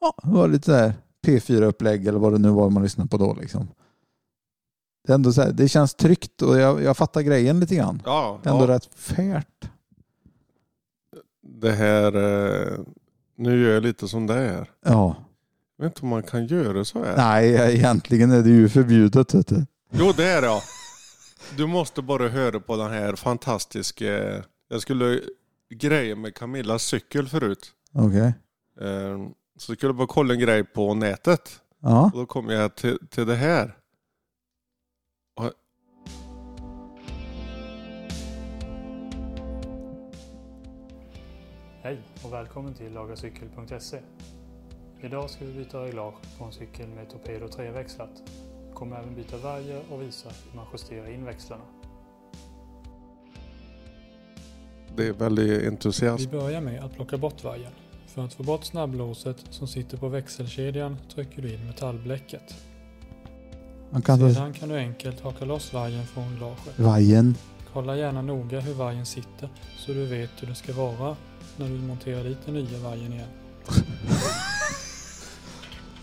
Speaker 2: ja, det var lite sådär P4-upplägg eller vad det nu var man lyssnade på då liksom. Det, är ändå så här, det känns tryggt och jag, jag fattar grejen lite grann.
Speaker 3: Ja,
Speaker 2: Det är ändå
Speaker 3: ja.
Speaker 2: rätt färt.
Speaker 3: det här... eh, Nu gör jag lite som det är.
Speaker 2: Ja.
Speaker 3: Jag vet inte om man kan göra så här.
Speaker 2: Nej, egentligen är det ju förbjudet. Vet du.
Speaker 3: Jo, det är det. ja. Du måste bara höra på den här fantastiska... Jag skulle greja med Camillas cykel förut.
Speaker 2: Okej.
Speaker 3: Eh, Så skulle jag bara kolla en grej på nätet.
Speaker 2: Ja.
Speaker 3: Och då kom jag till, till det här. Och-
Speaker 5: Hej och välkommen till lagacykel.se. Idag ska vi byta reglage på en cykel med torpedo 3-växlat. Kommer även byta värje och visa hur man justerar in växlarna.
Speaker 3: Det är väldigt
Speaker 6: Vi
Speaker 3: entusiasm.
Speaker 6: börjar med att plocka bort vajern. För att få bort snabblåset som sitter på växelkedjan trycker du in metallblecket.
Speaker 2: Man kan ta
Speaker 6: Sedan kan du enkelt haka loss vajern från glaget.
Speaker 2: vajen.
Speaker 6: Kolla gärna noga hur vajern sitter så du vet hur det ska vara när du monterar dit den nya vajern igen.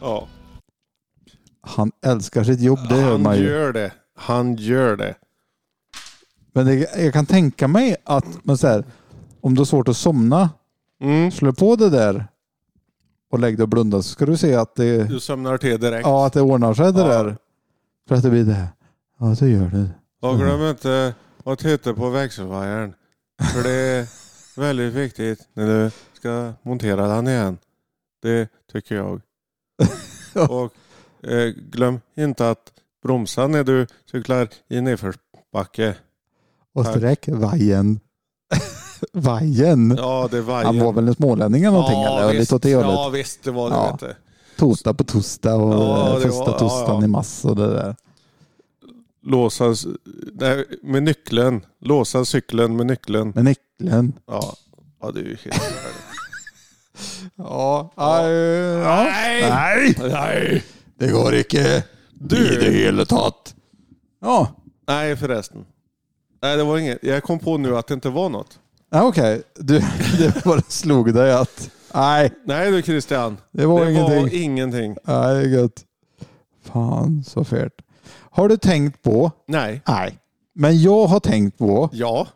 Speaker 3: Ja.
Speaker 2: Han älskar sitt jobb, det hör man
Speaker 3: Han
Speaker 2: ju.
Speaker 3: gör det. Han gör det.
Speaker 2: Men det, jag kan tänka mig att men så här, om du har svårt att somna,
Speaker 3: Mm.
Speaker 2: slå på det där och lägg dig och blunda så ska du se att det,
Speaker 3: Du sömnar till direkt.
Speaker 2: ja, att det ordnar sig det
Speaker 3: Ja.
Speaker 2: där. För att det blir det här. Ja, det gör det.
Speaker 3: Och glöm inte att titta på växelvajern. För det är väldigt viktigt när du
Speaker 2: [laughs]
Speaker 3: ska montera den igen. Det tycker jag. Och Eh, glöm inte att bromsa när du cyklar i nedförsbacke.
Speaker 2: Och
Speaker 3: Tack.
Speaker 2: sträck vajen. [laughs] vajen.
Speaker 3: Ja, det var
Speaker 2: Han var väl en smålänning eller någonting eller? Lite åt det hållet.
Speaker 3: Ja, visst det var det.
Speaker 2: Ja.
Speaker 3: Vet du.
Speaker 2: Torsdag på torsdag och
Speaker 3: Ja,
Speaker 2: ja,
Speaker 3: det
Speaker 2: första
Speaker 3: var- ja,
Speaker 2: torsdagen
Speaker 3: ja.
Speaker 2: i mars och det där.
Speaker 3: Låsa, nej, med nyckeln. Låsa cykeln med nyckeln.
Speaker 2: Med nyckeln.
Speaker 3: Ja, ja det är ju helt
Speaker 2: Ja. Nej. Nej.
Speaker 3: Nej!
Speaker 2: Det går inte.
Speaker 3: Du!
Speaker 2: hela tatt. Ja.
Speaker 3: Nej förresten. Nej det var inget. Jag kom på nu att det inte var något.
Speaker 2: ja Okej. Du, [laughs] det bara slog dig att nej,
Speaker 3: Nej du Christian.
Speaker 2: det var
Speaker 3: det
Speaker 2: ingenting.
Speaker 3: var ingenting.
Speaker 2: Nej, det är gött. Fan så fett. Har du tänkt på?
Speaker 3: Nej.
Speaker 2: Nej. Men jag har tänkt på,
Speaker 3: Ja.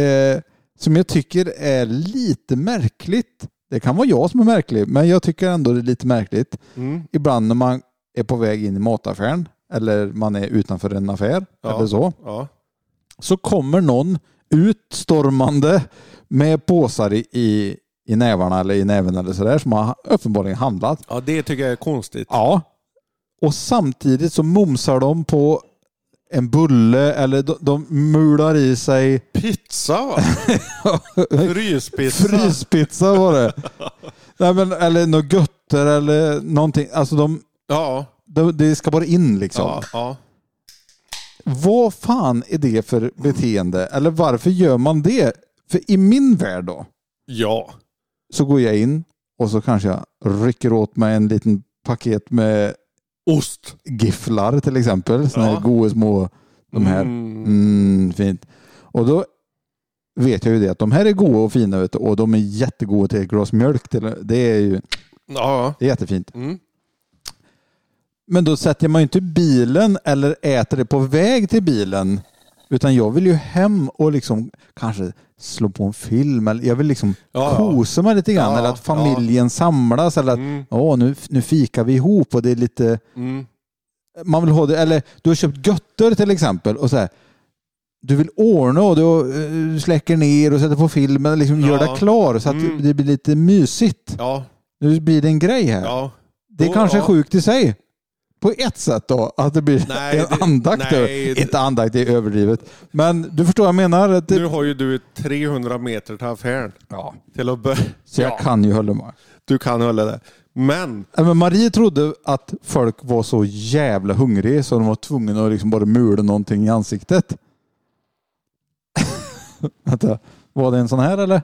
Speaker 2: eh, som jag tycker är lite märkligt. Det kan vara jag som är märklig, men jag tycker ändå det är lite märkligt.
Speaker 3: Mm.
Speaker 2: Ibland när man är på väg in i mataffären eller man är utanför en affär
Speaker 3: Ja.
Speaker 2: eller så,
Speaker 3: Ja.
Speaker 2: så kommer någon utstormande med påsar i, i, i nävarna eller i näven eller sådär som har uppenbarligen handlat.
Speaker 3: ja det tycker jag är konstigt.
Speaker 2: Ja. Och samtidigt så mumsar de på en bulle eller de, de mular i
Speaker 3: [laughs]
Speaker 2: sig
Speaker 3: Pizza
Speaker 2: [laughs]
Speaker 3: va? Fryspizza.
Speaker 2: fryspizza var det. Nej, men, eller något götter eller någonting. Alltså de,
Speaker 3: Ja.
Speaker 2: de, det ska bara in liksom.
Speaker 3: Ja. ja.
Speaker 2: Vad fan är det för beteende? Eller varför gör man det? För i min värld då
Speaker 3: Ja.
Speaker 2: så går jag in och så kanske jag rycker åt mig en liten paket med
Speaker 3: Ost.
Speaker 2: gifflar till exempel. Såna
Speaker 3: Ja.
Speaker 2: här goda små, de här
Speaker 3: Mm.
Speaker 2: Mm, fint. Och då vet jag ju det att de här är goda och fina vet du, och de är jättegoda till ett glas mjölk. Till, det är ju
Speaker 3: Ja.
Speaker 2: det är jättefint.
Speaker 3: Mm.
Speaker 2: Men då sätter man ju inte i bilen eller äter det på väg till bilen. Utan jag vill ju hem och liksom kanske slå på en film. Eller jag vill liksom
Speaker 3: Ja, ja.
Speaker 2: kosa mig lite grann.
Speaker 3: Ja,
Speaker 2: eller att familjen samlas. Eller att
Speaker 3: Mm.
Speaker 2: åh, nu, nu fikar vi ihop och det är lite
Speaker 3: Mm.
Speaker 2: man vill ha det, eller du har köpt götter till exempel och så här, du vill ordna och du eh, släcker ner och sätter på filmen och liksom gör
Speaker 3: Ja.
Speaker 2: det klar så att
Speaker 3: Mm.
Speaker 2: det blir lite mysigt.
Speaker 3: Ja.
Speaker 2: Nu blir det en grej här.
Speaker 3: Ja.
Speaker 2: det är
Speaker 3: då,
Speaker 2: kanske
Speaker 3: ja.
Speaker 2: sjukt i sig. På ett sätt då, att det blir
Speaker 3: Nej,
Speaker 2: en
Speaker 3: det-
Speaker 2: andakt.
Speaker 3: nej,
Speaker 2: över-
Speaker 3: det-
Speaker 2: Inte andakt, det är överdrivet. Men du förstår vad jag menar. Att
Speaker 3: Nu
Speaker 2: det,
Speaker 3: har ju du 300 meter till affären.
Speaker 2: ja,
Speaker 3: Till att börja.
Speaker 2: så jag kan ju hålla med.
Speaker 3: Du kan hålla det. Men
Speaker 2: Nej, Men Marie trodde att folk var så jävla hungriga så de var tvungna att liksom bara mula någonting i ansiktet. [laughs] Vänta, var det en sån här eller?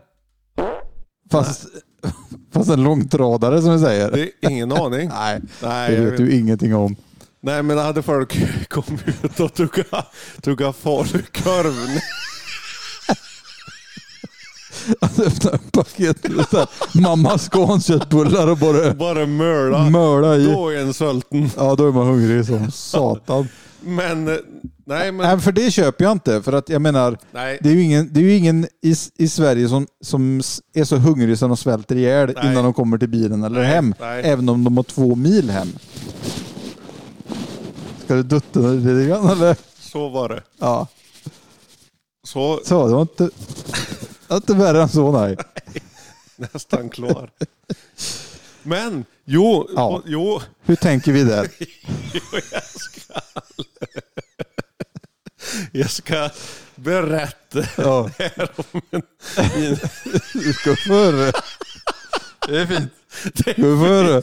Speaker 2: Fast, [laughs] fast en långtradare som vi säger.
Speaker 3: det är
Speaker 2: [laughs]
Speaker 3: ingen aning.
Speaker 2: Nej,
Speaker 3: Nej,
Speaker 2: det
Speaker 3: jag
Speaker 2: vet du ingenting om.
Speaker 3: Nej men hade folk [laughs] kommit ut och tugga, tugga falukorv.
Speaker 2: Att öppna en paket med så här mamma Scans köttbullar och bara
Speaker 3: Bara möla.
Speaker 2: möla i.
Speaker 3: Då är en sölten.
Speaker 2: Ja, då är man hungrig som satan.
Speaker 3: Men eh, nej men
Speaker 2: Nej, för det köper jag inte. För att jag menar,
Speaker 3: nej.
Speaker 2: Det är ju ingen, det är ju ingen i, i Sverige som, som s- är så hungrig som de svälter ihjäl
Speaker 3: Nej.
Speaker 2: innan de kommer till bilen eller hem.
Speaker 3: nej.
Speaker 2: Även om de har två mil hem. Ska du dutta dig lite grann eller?
Speaker 3: Så var det.
Speaker 2: Ja,
Speaker 3: Så
Speaker 2: så det var inte, det var inte värre än så nej.
Speaker 3: nästan klar. Men jo,
Speaker 2: Ja.
Speaker 3: och- jo.
Speaker 2: Hur tänker vi där?
Speaker 3: Jag ska berätta
Speaker 2: Ja,
Speaker 3: här om en... en
Speaker 2: du ska före. Det är fint.
Speaker 3: [laughs] det-
Speaker 2: Du ska före.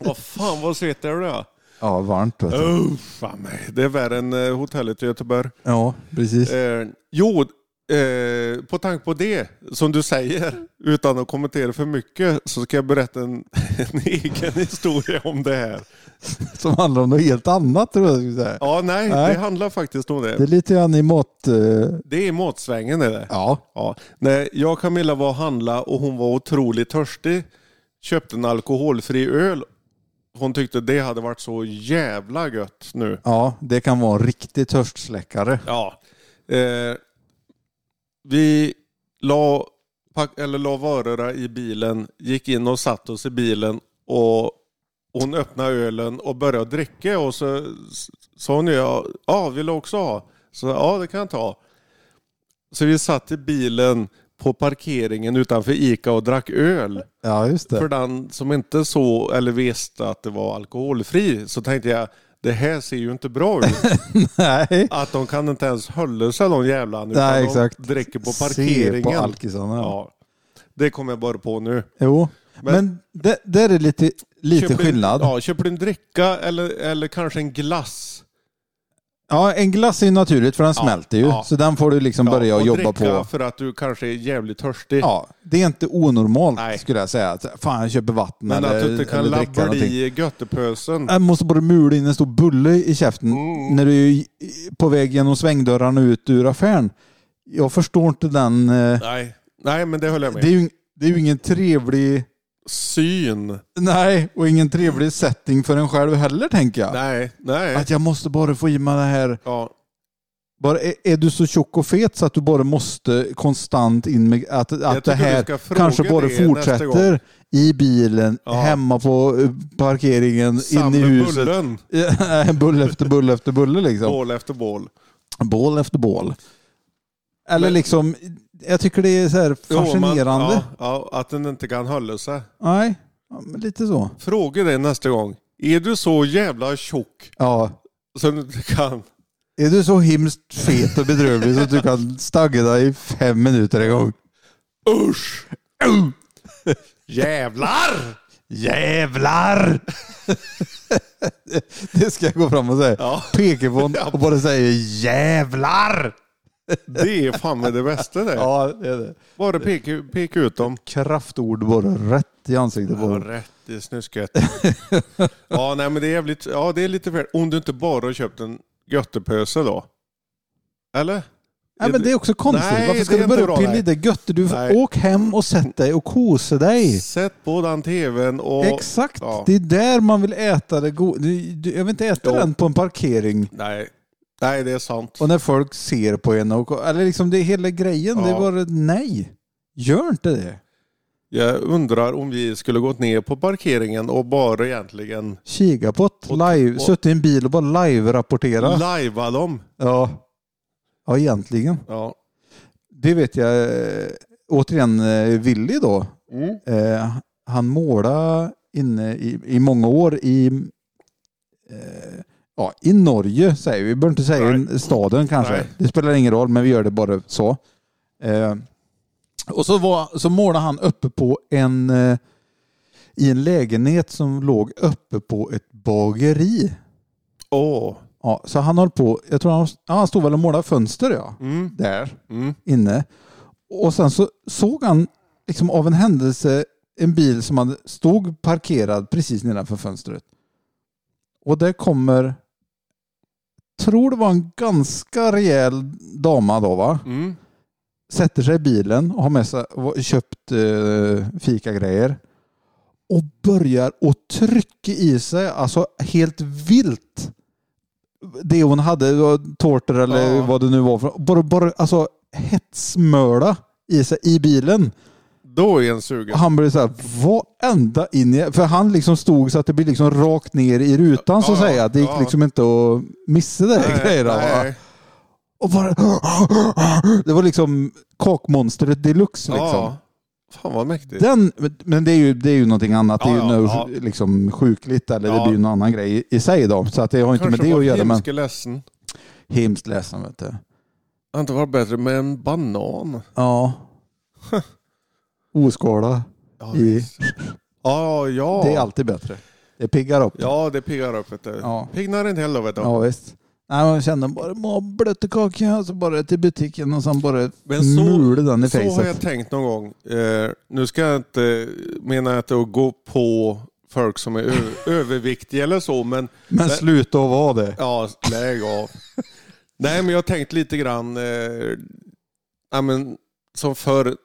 Speaker 3: Vad fan vad svettig är du då?
Speaker 2: Ja, varmt vet du.
Speaker 3: Oh, fan, nej. Det är värre än eh, hotellet i Göteborg.
Speaker 2: Ja, precis.
Speaker 3: Eh, jo, eh, på tanke på det som du säger, utan att kommentera för mycket, så ska jag berätta en, [laughs] en egen historia om det här.
Speaker 2: Som handlar om något helt annat tror jag jag skulle säga.
Speaker 3: Ja, nej,
Speaker 2: Nej.
Speaker 3: det handlar faktiskt om
Speaker 2: Det är
Speaker 3: det.
Speaker 2: lite grann i mått... eh,
Speaker 3: Det är i matsvängen är det.
Speaker 2: Ja.
Speaker 3: Ja. När jag och Camilla var och handla och hon var otroligt törstig, köpte en alkoholfri öl. Hon tyckte det hade varit så jävla gött nu.
Speaker 2: Ja, det kan vara en riktig törstsläckare.
Speaker 3: Ja. Eh, vi la, pack, eller la varorna i bilen, gick in och satt oss i bilen och hon öppnade ölen och började dricka och så s- sa hon ju ja, ja, vill du också ha? Så ja, det kan jag ta. Så vi satt i bilen på parkeringen utanför Ica och drack öl.
Speaker 2: Ja, just det.
Speaker 3: För den som inte så eller visste att det var alkoholfri så tänkte jag det här ser ju inte bra ut.
Speaker 2: [laughs] Nej.
Speaker 3: Att de kan inte ens hålla sig de jävlarna. Utan
Speaker 2: Nej,
Speaker 3: de
Speaker 2: exakt.
Speaker 3: dricker på
Speaker 2: Se på
Speaker 3: parkeringen.
Speaker 2: alkisarna.
Speaker 3: ja. Det kommer jag bara på nu.
Speaker 2: Jo, men,
Speaker 3: Men-
Speaker 2: det, där är lite, lite
Speaker 3: Köper du-
Speaker 2: skillnad. Ja.
Speaker 3: Ja, köper du en dricka eller, eller kanske en glass.
Speaker 2: en glass är ju naturligt för den
Speaker 3: Ja,
Speaker 2: smälter ju.
Speaker 3: ja.
Speaker 2: Så den får du liksom
Speaker 3: Ja,
Speaker 2: börja
Speaker 3: och
Speaker 2: jobba
Speaker 3: dricka
Speaker 2: på.
Speaker 3: för att du kanske är jävligt törstig.
Speaker 2: Ja, det är inte onormalt
Speaker 3: Nej.
Speaker 2: skulle jag säga. Att, fan, jag köper vatten
Speaker 3: men
Speaker 2: eller,
Speaker 3: att du inte kan
Speaker 2: eller dricka
Speaker 3: labba
Speaker 2: någonting.
Speaker 3: i göttepösen.
Speaker 2: Jag måste bara mula in en stor bulle i käften
Speaker 3: Mm.
Speaker 2: när du är i- på väg genom svängdörrarna ut ur affären. Jag förstår inte den... eh,
Speaker 3: Nej. Nej, men det håller jag med.
Speaker 2: Det är ju, det är ju ingen trevlig...
Speaker 3: Syn.
Speaker 2: Nej, och ingen trevlig setting för en själv heller tänker jag.
Speaker 3: Nej, nej.
Speaker 2: Att jag måste bara få i mig det här.
Speaker 3: Ja,
Speaker 2: Bara, är, är du så tjock och fet så att du bara måste konstant in med att, att det
Speaker 3: tycker du
Speaker 2: här
Speaker 3: ska fråga
Speaker 2: kanske bara
Speaker 3: det nästa
Speaker 2: fortsätter
Speaker 3: gång.
Speaker 2: i bilen,
Speaker 3: Ja.
Speaker 2: hemma på eh, parkeringen,
Speaker 3: Samla
Speaker 2: in i huset. [laughs]
Speaker 3: bullen.
Speaker 2: bull efter bull efter bulle liksom.
Speaker 3: Bål efter bål.
Speaker 2: Bål efter bål. Eller
Speaker 3: Men-
Speaker 2: liksom, jag tycker det är så här
Speaker 3: Jo, men-
Speaker 2: fascinerande.
Speaker 3: ja, ja, att den inte kan hålla sig.
Speaker 2: Nej, ja, men lite så.
Speaker 3: Fråga dig nästa gång. Är du så jävla tjock
Speaker 2: Ja.
Speaker 3: så du inte kan?
Speaker 2: Är du så himskt fet och bedrövlig så att du kan stagga dig i fem minuter en gång?
Speaker 3: Usch! Jävlar!
Speaker 2: Jävlar! [laughs] det ska jag gå fram och säga.
Speaker 3: Ja.
Speaker 2: Peka på honom och bara säga jävlar!
Speaker 3: Det är fan med det bästa det.
Speaker 2: Ja, det är det.
Speaker 3: Bara peka, peka ut dem.
Speaker 2: Kraftord bara rätt i ansiktet på
Speaker 3: Ja,
Speaker 2: honom.
Speaker 3: rätt i snusket. ja, nej men det är jävligt, ja det är lite fel. Om du inte bara har köpt en göttepöse då. Eller?
Speaker 2: Nej, men det är också konstigt.
Speaker 3: Nej,
Speaker 2: Varför ska
Speaker 3: det
Speaker 2: du
Speaker 3: är inte
Speaker 2: börja
Speaker 3: bra,
Speaker 2: pilla i
Speaker 3: nej.
Speaker 2: det gött? Du får
Speaker 3: Nej.
Speaker 2: åk hem och sätt dig och kosa dig.
Speaker 3: Sätt på den tvn och...
Speaker 2: Exakt.
Speaker 3: Ja.
Speaker 2: Det är där man vill äta det goda. Jag vill inte äta
Speaker 3: Jo.
Speaker 2: den på en parkering.
Speaker 3: Nej. nej, det är sant.
Speaker 2: Och när folk ser på en och... Eller liksom det är hela grejen. Det är
Speaker 3: Ja.
Speaker 2: bara nej. Gör inte det.
Speaker 3: Jag undrar om vi skulle gått ner på parkeringen och bara egentligen
Speaker 2: Kika på ett
Speaker 3: Och-
Speaker 2: live,
Speaker 3: och-
Speaker 2: suttit i en bil och bara live-rapportera.
Speaker 3: lajva dem.
Speaker 2: ja. ja, egentligen.
Speaker 3: Ja.
Speaker 2: Det vet jag. eh, Återigen, eh, Willy då.
Speaker 3: Mm.
Speaker 2: Eh, han målade inne i, i många år i, eh, ja, i Norge, säger vi. Vi behöver inte säga
Speaker 3: Nej.
Speaker 2: staden kanske.
Speaker 3: Nej.
Speaker 2: Det spelar ingen roll, men vi gör det bara så. Eh, och så, var, så målade han uppe på en, eh, i en lägenhet som låg uppe på ett bageri.
Speaker 3: Åh.
Speaker 2: Ja, så han höll på, jag tror han, ja, han stod väl och målade fönster ja,
Speaker 3: Mm.
Speaker 2: där
Speaker 3: Mm.
Speaker 2: inne. Och sen så såg han liksom av en händelse en bil som hade, stod parkerad precis nedanför fönstret. Och där kommer, tror det var en ganska rejäl dama då va,
Speaker 3: Mm.
Speaker 2: sätter sig i bilen och har med sig, och köpt eh, fikagrejer och börjar att trycka i sig, alltså helt vilt, det hon hade, det var tårtor eller
Speaker 3: Ja.
Speaker 2: vad det nu var. för- Bara, bara alltså hetsmöla i sig i bilen.
Speaker 3: Då är en sugen.
Speaker 2: Och han blev så här, vad ända in i... För han liksom stod så att det blev liksom rakt ner i rutan så att
Speaker 3: Ja,
Speaker 2: säga. Det gick
Speaker 3: ja.
Speaker 2: liksom inte att missa det här grejerna. va?
Speaker 3: nej.
Speaker 2: Och bara... [laughs] Det var liksom kakmonstret deluxe liksom.
Speaker 3: Ja. Fan vad mäktigt.
Speaker 2: Den, men det är, ju, det är ju någonting annat. det är ju
Speaker 3: Ja, ja,
Speaker 2: nå-
Speaker 3: ja.
Speaker 2: liksom sjukligt eller det
Speaker 3: Ja.
Speaker 2: blir ju en annan grej i- i sig då. Så att det har inte med det att göra. Men
Speaker 3: Kanske var ledsen.
Speaker 2: hemskt ledsen vet du.
Speaker 3: Det hade inte varit bättre med en banan.
Speaker 2: [laughs] Ja. Oskala.
Speaker 3: Ja,
Speaker 2: I,
Speaker 3: visst. ja. ja.
Speaker 2: det är alltid bättre. Det piggar upp.
Speaker 3: Ja, det piggar upp. Vet du.
Speaker 2: Ja.
Speaker 3: Piggnar en hel vet du.
Speaker 2: Ja, visst. Nej, man kände bara må blötkaka och så bara till butiken och sen bara
Speaker 3: Men så-
Speaker 2: mula den i
Speaker 3: Så har jag
Speaker 2: fejset.
Speaker 3: tänkt någon gång. Eh, nu ska jag inte mena att det är att gå på folk som är ö- [laughs] överviktiga eller så, men
Speaker 2: Men sluta att vara det.
Speaker 3: ja, lägg av. Nej, men jag har tänkt lite grann, eh, ja, men, som förr,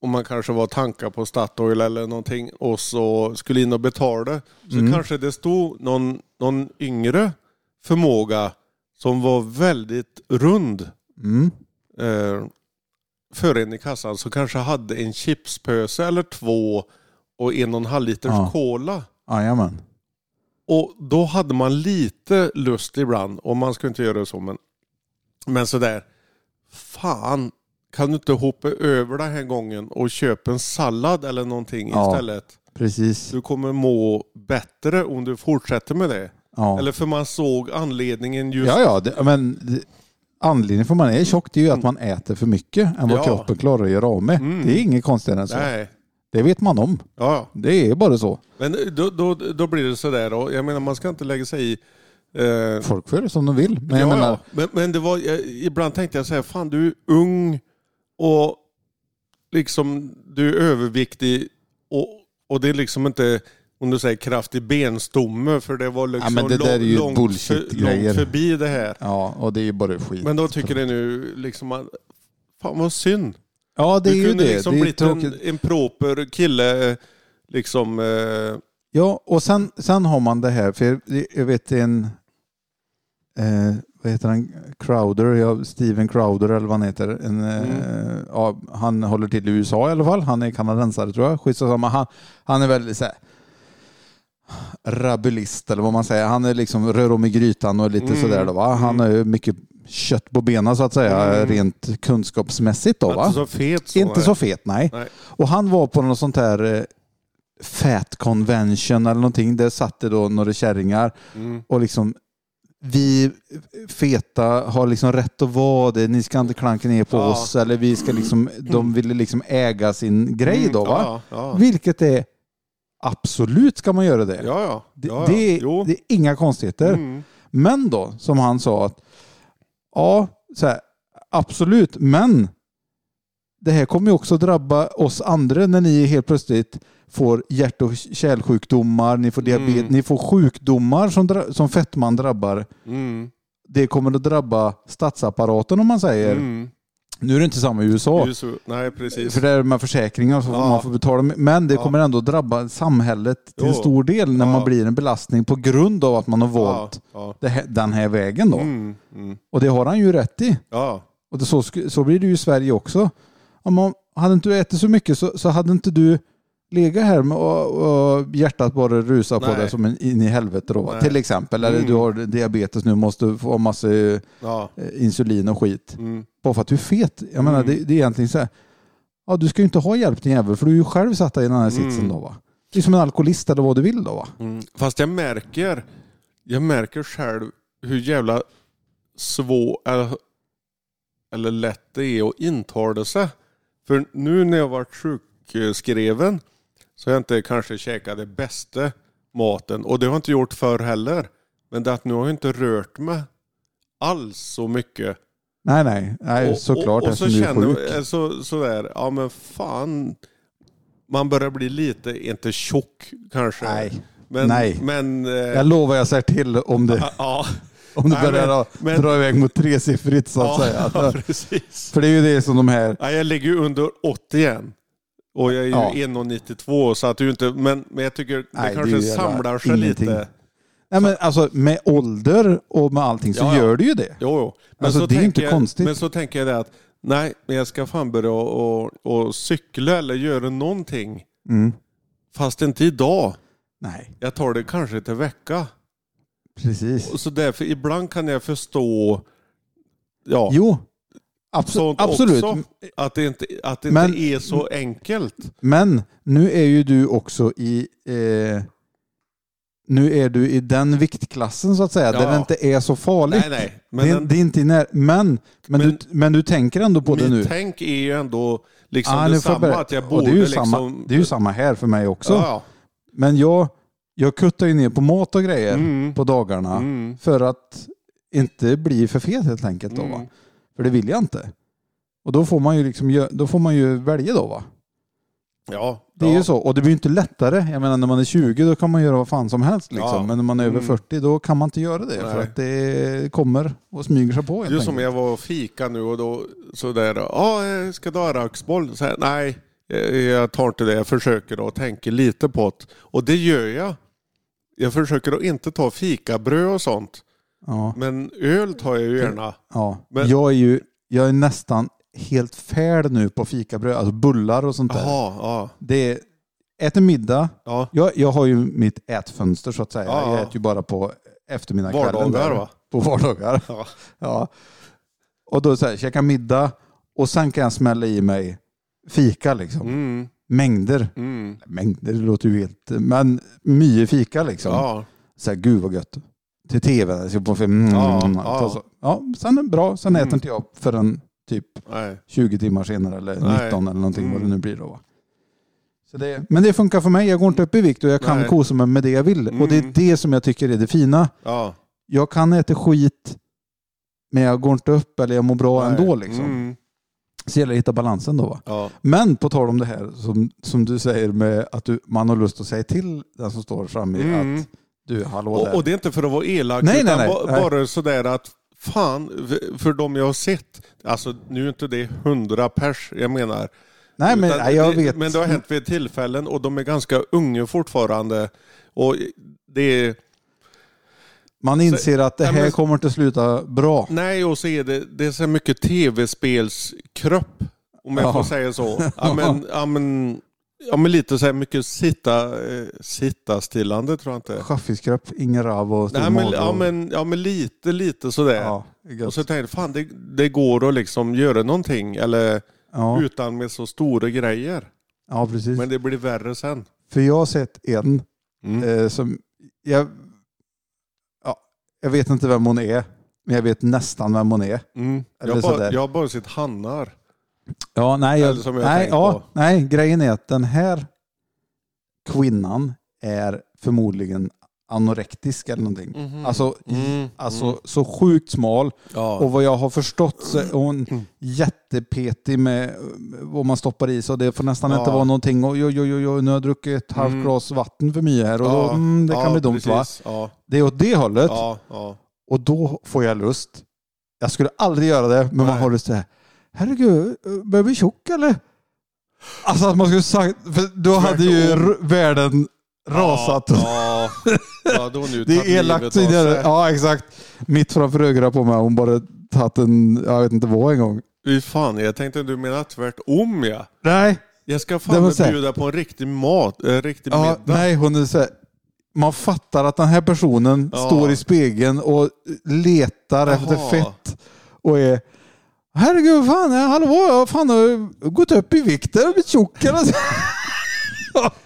Speaker 3: om man kanske var tankar på Statoil eller någonting och så skulle in och betala, så
Speaker 2: Mm.
Speaker 3: kanske det stod någon, någon yngre förmåga som var väldigt rund
Speaker 2: Mm.
Speaker 3: eh, för en i kassan som kanske hade en chipspöse eller två och en och en halv liters
Speaker 2: Ja.
Speaker 3: cola.
Speaker 2: Jajamän.
Speaker 3: Och då hade man lite lust ibland, och man skulle inte göra det så men, men sådär, fan kan du inte hoppa över den här gången och köpa en sallad eller någonting
Speaker 2: Ja.
Speaker 3: istället?
Speaker 2: Precis.
Speaker 3: Du kommer må bättre om du fortsätter med det.
Speaker 2: Ja.
Speaker 3: Eller för man såg anledningen just
Speaker 2: Ja, ja, det, men det, anledningen för man är tjock det är ju att man äter för mycket än vad
Speaker 3: Mm. Ja.
Speaker 2: kroppen klarar att göra av med.
Speaker 3: Mm.
Speaker 2: Det är inget konstigt än så.
Speaker 3: Nej.
Speaker 2: Det vet man om.
Speaker 3: Ja, ja.
Speaker 2: Det är bara så.
Speaker 3: Men då, då, då blir det sådär då. Jag menar man ska inte lägga sig i. Eh,
Speaker 2: Folk får göra som de vill. Men jag
Speaker 3: ja,
Speaker 2: menar,
Speaker 3: ja. men, men det var, jag, ibland tänkte jag så här, fan du är ung och liksom du är överviktig och, och det är liksom inte, om du säger kraftig benstomme, för det var liksom
Speaker 2: men det där är ju
Speaker 3: långt, för,
Speaker 2: bullshit-grejer.
Speaker 3: långt förbi det här.
Speaker 2: ja, och det är ju bara skit.
Speaker 3: Men då tycker jag nu liksom att, fan vad synd.
Speaker 2: ja, det är
Speaker 3: du
Speaker 2: ju
Speaker 3: kunde
Speaker 2: det.
Speaker 3: liksom
Speaker 2: det är ju
Speaker 3: blivit en,
Speaker 2: tråkigt.
Speaker 3: en proper kille, eh, liksom, eh,
Speaker 2: Ja, och sen, sen har man det här, för jag, jag vet en, eh, vad heter han, Crowder, ja, Steven Crowder eller vad han heter. En, eh,
Speaker 3: Mm.
Speaker 2: ja, han håller till i USA i alla fall, han är kanadensare tror jag, skitsamma. Han, han är väldigt så här, rabulist eller vad man säger. Han är liksom rör om i grytan och lite
Speaker 3: Mm.
Speaker 2: sådär då va. Han har ju mycket kött på benen så att säga,
Speaker 3: Mm. Alltså,
Speaker 2: rent kunskapsmässigt då va.
Speaker 3: inte så fet så.
Speaker 2: Inte
Speaker 3: här.
Speaker 2: så fet, nej.
Speaker 3: Nej.
Speaker 2: Och han var på något sånt här eh, fat convention eller någonting. Där satt det då några kärringar
Speaker 3: Mm.
Speaker 2: och liksom vi feta har liksom rätt att vara det. Ni ska inte klanka ner på
Speaker 3: Ja.
Speaker 2: oss. Eller vi ska liksom, de ville liksom äga sin grej då va?
Speaker 3: Mm, Ja, ja.
Speaker 2: Vilket är absolut ska man göra det.
Speaker 3: Ja, ja.
Speaker 2: Det,
Speaker 3: ja, ja.
Speaker 2: det,
Speaker 3: jo.
Speaker 2: är, det är inga konstigheter.
Speaker 3: Mm.
Speaker 2: Men då, som han sa att ja, så här, absolut, men det här kommer ju också drabba oss andra när ni helt plötsligt får hjärt och kärlsjukdomar, ni får diabetes,
Speaker 3: Mm.
Speaker 2: ni får sjukdomar som, dra- som fettman drabbar.
Speaker 3: Mm.
Speaker 2: Det kommer att drabba statsapparaten om man säger.
Speaker 3: Mm.
Speaker 2: Nu är det inte samma i USA.
Speaker 3: Just, så. nej, precis.
Speaker 2: För det är med försäkringar så får
Speaker 3: Ja.
Speaker 2: man får betala. Men det
Speaker 3: Ja.
Speaker 2: kommer ändå drabba samhället till
Speaker 3: Jo.
Speaker 2: en stor del när
Speaker 3: Ja.
Speaker 2: man blir en belastning på grund av att man har valt
Speaker 3: Ja,
Speaker 2: det här, den här vägen då.
Speaker 3: ja. Mm. Mm.
Speaker 2: Och det har han ju rätt i.
Speaker 3: ja.
Speaker 2: Och det, så, sk- så blir det ju i Sverige också. Om man, hade inte du ätit så mycket så, så hade inte du legat här med, och, och hjärtat bara rusa på
Speaker 3: Nej.
Speaker 2: dig som en, in i helvete då. va?
Speaker 3: Nej.
Speaker 2: Till exempel. Eller
Speaker 3: Mm.
Speaker 2: du har diabetes nu måste få massa eh,
Speaker 3: ja.
Speaker 2: insulin och skit.
Speaker 3: Mm.
Speaker 2: Bara för att du är fet. Jag menar
Speaker 3: Mm.
Speaker 2: det, det är egentligen så här. Ja, du ska ju inte ha hjälp din jävel för du är ju själv satt dig i den här
Speaker 3: Mm.
Speaker 2: sitsen då va. Det är som en alkoholist eller vad du vill då va.
Speaker 3: Mm. Fast jag märker, jag märker själv hur jävla svår eller, eller lätt det är att intala sig. För nu när jag varit sjukskriven så har jag inte kanske käkat det bästa maten och det har jag inte gjort förr heller. Men det att nu har jag inte rört mig alls så mycket
Speaker 2: Nej nej, nej såklart
Speaker 3: Och, och
Speaker 2: eftersom
Speaker 3: så
Speaker 2: du är sjuk.
Speaker 3: känner eh, så, så där, ja men fan. Man börjar bli lite, inte tjock kanske.
Speaker 2: Nej.
Speaker 3: Men,
Speaker 2: Nej.
Speaker 3: Men, eh,
Speaker 2: Jag lovar jag säger till om det.
Speaker 3: [laughs] ja.
Speaker 2: [laughs] Om du
Speaker 3: Nej,
Speaker 2: börjar
Speaker 3: men-
Speaker 2: dra-
Speaker 3: men-
Speaker 2: dra iväg mot tresiffrigt så att
Speaker 3: ja,
Speaker 2: säga.
Speaker 3: precis.
Speaker 2: För det är ju det som de här...
Speaker 3: Ja, jag ligger ju under 80 igen. Och jag är ju
Speaker 2: Ja.
Speaker 3: 1,92 så att du inte, men, men jag tycker det
Speaker 2: Nej, det är
Speaker 3: kanske
Speaker 2: ju jävla
Speaker 3: samlar sig
Speaker 2: ingenting.
Speaker 3: lite.
Speaker 2: Nej, men alltså, med ålder och med allting så
Speaker 3: Ja, ja.
Speaker 2: gör det ju det.
Speaker 3: Jo, jo. Men
Speaker 2: Alltså,
Speaker 3: så
Speaker 2: det är ju
Speaker 3: tänker
Speaker 2: inte konstigt.
Speaker 3: Jag, men så tänker jag det att, nej, men jag ska fan börja och, och, och cykla eller göra någonting.
Speaker 2: Mm.
Speaker 3: Fast inte idag.
Speaker 2: Nej,
Speaker 3: Jag tar det kanske till vecka.
Speaker 2: precis.
Speaker 3: Och så därför, ibland kan jag förstå ja,
Speaker 2: Jo, abso
Speaker 3: sånt
Speaker 2: absolut.
Speaker 3: också. Att det inte, att det
Speaker 2: Men-
Speaker 3: inte är så enkelt.
Speaker 2: Men nu är ju du också i... Eh, nu är du i den viktklassen så att säga,
Speaker 3: Ja,
Speaker 2: där
Speaker 3: ja.
Speaker 2: det inte är så farligt.
Speaker 3: Nej, nej. Men
Speaker 2: Men det, är-
Speaker 3: en-
Speaker 2: det är inte i när, men, men, du,
Speaker 3: Men-
Speaker 2: men du tänker ändå på det
Speaker 3: Mitt
Speaker 2: nu.
Speaker 3: tänk är ju ändå liksom
Speaker 2: Ah, nu får jag
Speaker 3: detsamma.
Speaker 2: börja-
Speaker 3: Att jag
Speaker 2: och
Speaker 3: borde
Speaker 2: det, är ju
Speaker 3: liksom...
Speaker 2: samma, det är ju samma här för mig också.
Speaker 3: Ja,
Speaker 2: Men jag, jag kuttar ju ner på mat och grejer
Speaker 3: Mm.
Speaker 2: på dagarna
Speaker 3: ja. Mm.
Speaker 2: för att inte bli för fet helt enkelt. Då, va?
Speaker 3: Mm.
Speaker 2: För det vill jag inte. Och då får man ju, liksom, gö- då får man ju välja då. Va?
Speaker 3: ja.
Speaker 2: Det är
Speaker 3: ja.
Speaker 2: ju så. Och det blir ju inte lättare. Jag menar när man är 20 då kan man göra vad fan som helst. Liksom.
Speaker 3: Ja.
Speaker 2: Men när man är över
Speaker 3: Mm.
Speaker 2: 40 då kan man inte göra det. För
Speaker 3: Nej.
Speaker 2: att det kommer och smyger sig på helt
Speaker 3: Just som
Speaker 2: enkelt.
Speaker 3: jag var och fika nu och då sådär, ja, jag ska du ha raxboll? Så här, nej, jag- jag tar inte det. Jag försöker och tänker lite på det. Och det gör jag. Jag försöker att inte ta fikabröd och sånt.
Speaker 2: Ja,
Speaker 3: Men öl tar jag ju gärna.
Speaker 2: ja.
Speaker 3: Men-
Speaker 2: Jag, är ju, jag är nästan helt färd nu på fikabröd, alltså bullar och sånt där.
Speaker 3: Jaha, ja.
Speaker 2: Det är, äter middag,
Speaker 3: ja.
Speaker 2: Jag, jag har ju mitt ätfönster så att säga.
Speaker 3: Ja, ja.
Speaker 2: Jag äter ju bara på eftermiddag där.
Speaker 3: Vardagar, va?
Speaker 2: På vardagar.
Speaker 3: Ja.
Speaker 2: Ja. Och då så här, käka middag Och sen kan jag smälla i mig fika liksom.
Speaker 3: Mm,
Speaker 2: Mängder.
Speaker 3: mm.
Speaker 2: Mängder det låter ju helt... Men mye fika liksom.
Speaker 3: Ja,
Speaker 2: Så här, gud vad gött. Till tv. Så jag på film. Mm,
Speaker 3: Ja,
Speaker 2: mm,
Speaker 3: ja.
Speaker 2: ta Så. ja, sen är det bra. Sen
Speaker 3: Mm.
Speaker 2: äter inte jag förrän typ
Speaker 3: nej.
Speaker 2: 20 timmar senare eller
Speaker 3: Nej.
Speaker 2: 19 eller någonting vad det
Speaker 3: Mm.
Speaker 2: nu blir då. Va? Så det, men det funkar för mig. Jag går inte upp i vikt och jag kan
Speaker 3: Nej.
Speaker 2: kosa mig med det jag vill. Och det är
Speaker 3: Mm.
Speaker 2: det som jag tycker är det fina.
Speaker 3: Ja,
Speaker 2: Jag kan äta skit men jag går inte upp eller jag mår bra
Speaker 3: nej.
Speaker 2: ändå. Liksom.
Speaker 3: Mm,
Speaker 2: Så gäller det att hitta balansen då. Va?
Speaker 3: ja,
Speaker 2: Men på tal om det här som, som du säger med att du, man har lust att säga till den som står framme
Speaker 3: Mm.
Speaker 2: att du, hallå där.
Speaker 3: Och, och det är inte för att vara elak,
Speaker 2: Nej,
Speaker 3: utan
Speaker 2: nej, nej.
Speaker 3: ba-
Speaker 2: Nej.
Speaker 3: bara sådär att fan, för- för de jag har sett, alltså nu är inte det hundra pers jag menar.
Speaker 2: nej, men,
Speaker 3: utan
Speaker 2: nej, jag
Speaker 3: det,
Speaker 2: vet.
Speaker 3: men det har hänt vid tillfällen och de är ganska unga fortfarande. Och det är,
Speaker 2: Man inser att det
Speaker 3: Nej,
Speaker 2: här
Speaker 3: men-
Speaker 2: kommer inte sluta bra.
Speaker 3: nej, och så är det, det är så mycket tv-spelskropp, om jag
Speaker 2: Ja.
Speaker 3: får
Speaker 2: [laughs]
Speaker 3: säga så. Ja, men, ja, men, ja, men lite så här mycket sitta, eh, sitta stillande tror jag inte.
Speaker 2: Chaffiskröp, ingen rav och stor
Speaker 3: Nej, men,
Speaker 2: mage
Speaker 3: ja,
Speaker 2: och-
Speaker 3: men, ja, men lite, lite sådär.
Speaker 2: ja, det är gött.
Speaker 3: Och så tänkte jag, fan det, det går att liksom göra någonting eller
Speaker 2: ja,
Speaker 3: utan med så stora grejer.
Speaker 2: ja, precis.
Speaker 3: Men det blir värre sen.
Speaker 2: För jag har sett en
Speaker 3: Mm.
Speaker 2: eh, som... Jag, ja, jag vet inte vem hon är, men jag vet nästan vem hon är.
Speaker 3: Mm.
Speaker 2: eller
Speaker 3: Jag, bara,
Speaker 2: sådär.
Speaker 3: jag har bara sett hannar.
Speaker 2: Ja, nej, jag,
Speaker 3: Eller som jag
Speaker 2: nej,
Speaker 3: tänkt
Speaker 2: ja,
Speaker 3: på.
Speaker 2: nej, grejen är att den här kvinnan är förmodligen anorektisk eller någonting. Alltså,
Speaker 3: Mm,
Speaker 2: alltså
Speaker 3: mm.
Speaker 2: så sjukt smal
Speaker 3: Ja.
Speaker 2: och vad jag har förstått så är hon jättepetig med eh, vad man stoppar i sig. Det får nästan
Speaker 3: Ja.
Speaker 2: inte vara någonting. Oj, oj, oj, oj, oj, nu har jag druckit ett halvt
Speaker 3: Mm.
Speaker 2: glas vatten för mycket här och då, mm, det kan bli dumt va?
Speaker 3: precis. Ja,
Speaker 2: Det är åt det hållet
Speaker 3: ja, ja.
Speaker 2: och då får jag lust. Jag skulle aldrig göra det, men man
Speaker 3: Nej.
Speaker 2: har lust så här. Herregud, eh, börjar vi tjock eller? Alltså att man skulle sagt, för då hade ju
Speaker 3: Tvärtom.
Speaker 2: r- världen rasat.
Speaker 3: Ja, ja. ja då har
Speaker 2: [laughs]
Speaker 3: nu
Speaker 2: Det
Speaker 3: tagit
Speaker 2: är elakt
Speaker 3: livet av
Speaker 2: tidigare.
Speaker 3: sig.
Speaker 2: Ja, exakt. Mitt framför ögat på mig, hon bara tagit en, jag vet inte vad en gång.
Speaker 3: Fy fan, jag tänkte du menar tvärtom ja.
Speaker 2: Nej,
Speaker 3: Jag ska
Speaker 2: Det
Speaker 3: fan
Speaker 2: var så här.
Speaker 3: bjuda på en riktig mat, en riktig
Speaker 2: ja,
Speaker 3: middag.
Speaker 2: nej hon är så här, man fattar att den här personen
Speaker 3: Ja.
Speaker 2: står i spegeln och letar efter
Speaker 3: Jaha.
Speaker 2: fett och är Herregud, fan, ja, hallå, jag fan, jag har gått upp i vikt, jag har blivit tjock. eller [laughs] så."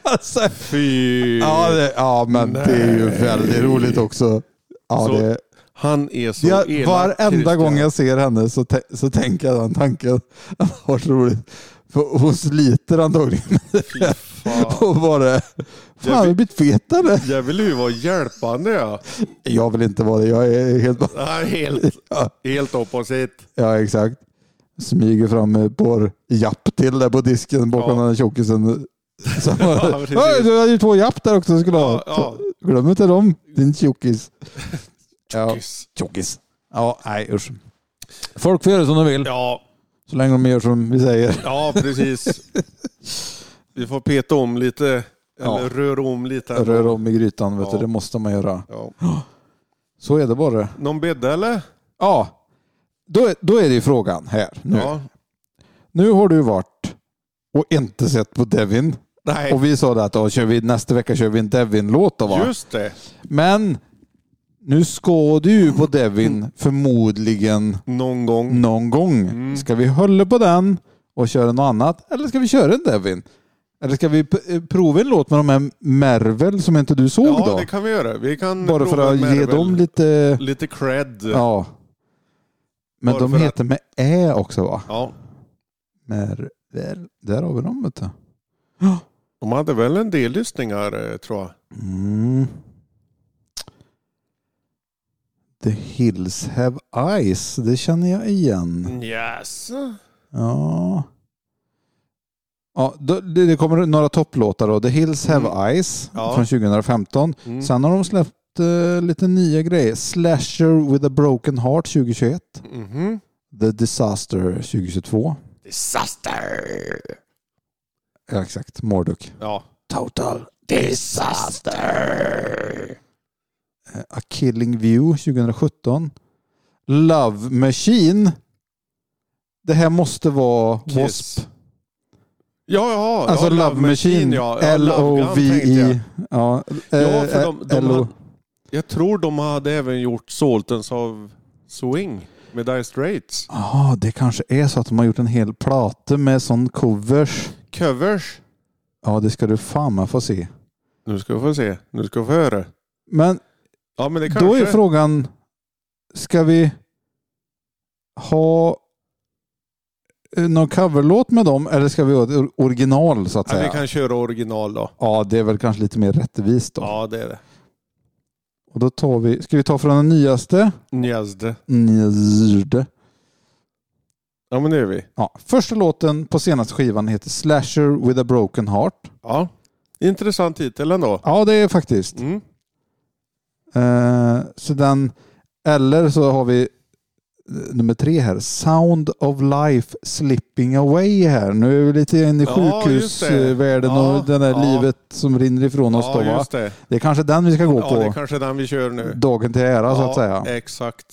Speaker 2: alltså,
Speaker 3: Fy.
Speaker 2: ja, det, ja, men det är ju väldigt roligt också. Ja,
Speaker 3: Så-
Speaker 2: det,
Speaker 3: Han är så
Speaker 2: jag,
Speaker 3: elak.
Speaker 2: varenda
Speaker 3: Christian.
Speaker 2: gång jag ser henne så, tä- så tänker jag den tanken. [laughs] Vad roligt. För hon sliter antagligen
Speaker 3: Fy
Speaker 2: [laughs]
Speaker 3: fan.
Speaker 2: på vad det är. Fan, jag har blivit fetare.
Speaker 3: Jag vill ju vara hjälpande ja.
Speaker 2: Jag vill inte vara det. Jag är helt...
Speaker 3: Ja, Helt,
Speaker 2: Ja.
Speaker 3: helt opposit.
Speaker 2: Ja, exakt. Smyger fram ett par japp till där på disken bakom
Speaker 3: Ja.
Speaker 2: den här tjockisen.
Speaker 3: [laughs]
Speaker 2: Som- Oj,
Speaker 3: precis.
Speaker 2: du hade ju två japp där också skulle ha.
Speaker 3: Ja, ja.
Speaker 2: Glöm inte dem, din
Speaker 3: [laughs]
Speaker 2: tjockis. Ja,
Speaker 3: Kyss.
Speaker 2: tjockis. Ja, nej usch. Folk får göra som de vill,
Speaker 3: Ja,
Speaker 2: så länge de gör som vi [laughs] säger.
Speaker 3: ja precis. Vi får peta om lite. Eller
Speaker 2: Ja.
Speaker 3: röra om lite. här.
Speaker 2: Rör om i grytan, vet
Speaker 3: Ja.
Speaker 2: du, det måste man göra.
Speaker 3: Ja.
Speaker 2: Så är det bara.
Speaker 3: Någon bädda eller?
Speaker 2: Ja, då, är- då är det ju frågan här nu.
Speaker 3: Ja.
Speaker 2: Nu har du varit och inte sett på Devin.
Speaker 3: Nej.
Speaker 2: Och vi sa det att då kör vi, nästa vecka kör vi en Devin-låt då va?
Speaker 3: Just det.
Speaker 2: Men nu ska du ju på Devin förmodligen
Speaker 3: Någon gång.
Speaker 2: någon gång.
Speaker 3: Mm.
Speaker 2: Ska vi hålla på den och köra något annat? Eller ska vi köra en Devin? Eller ska vi p- eh, prova en låt med de här Mervel som inte du såg
Speaker 3: Ja,
Speaker 2: då?
Speaker 3: det kan vi göra. Vi kan
Speaker 2: Bara för
Speaker 3: prova
Speaker 2: att ge
Speaker 3: Marvel.
Speaker 2: dem lite...
Speaker 3: lite cred. Ja.
Speaker 2: Ja. Men
Speaker 3: Bara
Speaker 2: de
Speaker 3: för att-
Speaker 2: heter med Ä också va?
Speaker 3: ja.
Speaker 2: Mervel. Där har vi dem vet du.
Speaker 3: De hade väl en del lyssningar eh, tror jag.
Speaker 2: Mm. The Hills Have Eyes, det känner jag igen.
Speaker 3: Mm. Yes.
Speaker 2: Ja. Ja, då- det det kommer några topplåtar då. The Hills Have Eyes
Speaker 3: Mm. Ja.
Speaker 2: från 2015.
Speaker 3: Mm.
Speaker 2: Sen har de släppt eh, lite nya grejer. Slasher with a Broken Heart 2021.
Speaker 3: Mhm.
Speaker 2: The Disaster 2022.
Speaker 3: Disaster.
Speaker 2: Ja, exakt. Morduk.
Speaker 3: Ja.
Speaker 2: Total.
Speaker 3: Disaster.
Speaker 2: Eh, A Killing View 2017. Love Machine. Det här måste vara
Speaker 3: Kiss.
Speaker 2: W.A.S.P.
Speaker 3: Ja, ja.
Speaker 2: Alltså
Speaker 3: ja,
Speaker 2: Love, Machine.
Speaker 3: ja. Ja, Love Gun, tänkte jag.
Speaker 2: L-O-V-E. E. Ja, eh,
Speaker 3: Ja, för de, de
Speaker 2: L-O.
Speaker 3: hade, jag tror de hade även gjort Saltens av Swing. med Dire Straits.
Speaker 2: Ja, det kanske är så att de har gjort en hel platta med sån covers.
Speaker 3: Covers.
Speaker 2: Ja, det ska du fan med få se.
Speaker 3: Nu ska vi få se. Nu ska vi få höra.
Speaker 2: Men
Speaker 3: Ja, men det kanske...
Speaker 2: då är frågan, ska vi ha eh, någon coverlåt med dem eller ska vi ha ett or- original så att
Speaker 3: ja, vi
Speaker 2: säga?
Speaker 3: kan köra original då.
Speaker 2: Ja, det är väl kanske lite mer rättvist då.
Speaker 3: Ja, det är det.
Speaker 2: Och då tar vi, ska vi ta från den nyaste?
Speaker 3: Njazde.
Speaker 2: Nyaste.
Speaker 3: Ja, men det är vi.
Speaker 2: Ja, första låten på senaste skivan heter Slasher with a broken heart.
Speaker 3: Ja. Intressant titel ändå.
Speaker 2: Ja, det är faktiskt.
Speaker 3: Mm.
Speaker 2: Eh, så den, eller så har vi eh, nummer tre här, Sound of Life Slipping Away här. Nu är vi lite inne i
Speaker 3: Ja, just det.
Speaker 2: sjukhusvärlden
Speaker 3: Ja,
Speaker 2: och den där
Speaker 3: ja.
Speaker 2: livet som rinner ifrån oss då
Speaker 3: Ja,
Speaker 2: va?
Speaker 3: just det.
Speaker 2: Det är kanske den vi ska gå
Speaker 3: Ja, det är
Speaker 2: på
Speaker 3: kanske den vi kör nu.
Speaker 2: dagen till ära så
Speaker 3: ja,
Speaker 2: att säga.
Speaker 3: Exakt.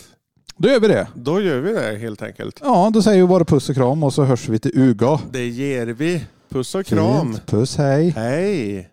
Speaker 2: Då gör vi det.
Speaker 3: Då gör vi det helt enkelt.
Speaker 2: Ja, då säger vi bara puss och kram och så hörs vi till UGA.
Speaker 3: Det ger vi. Puss och kram.
Speaker 2: Fint. Puss, hej.
Speaker 3: Hej!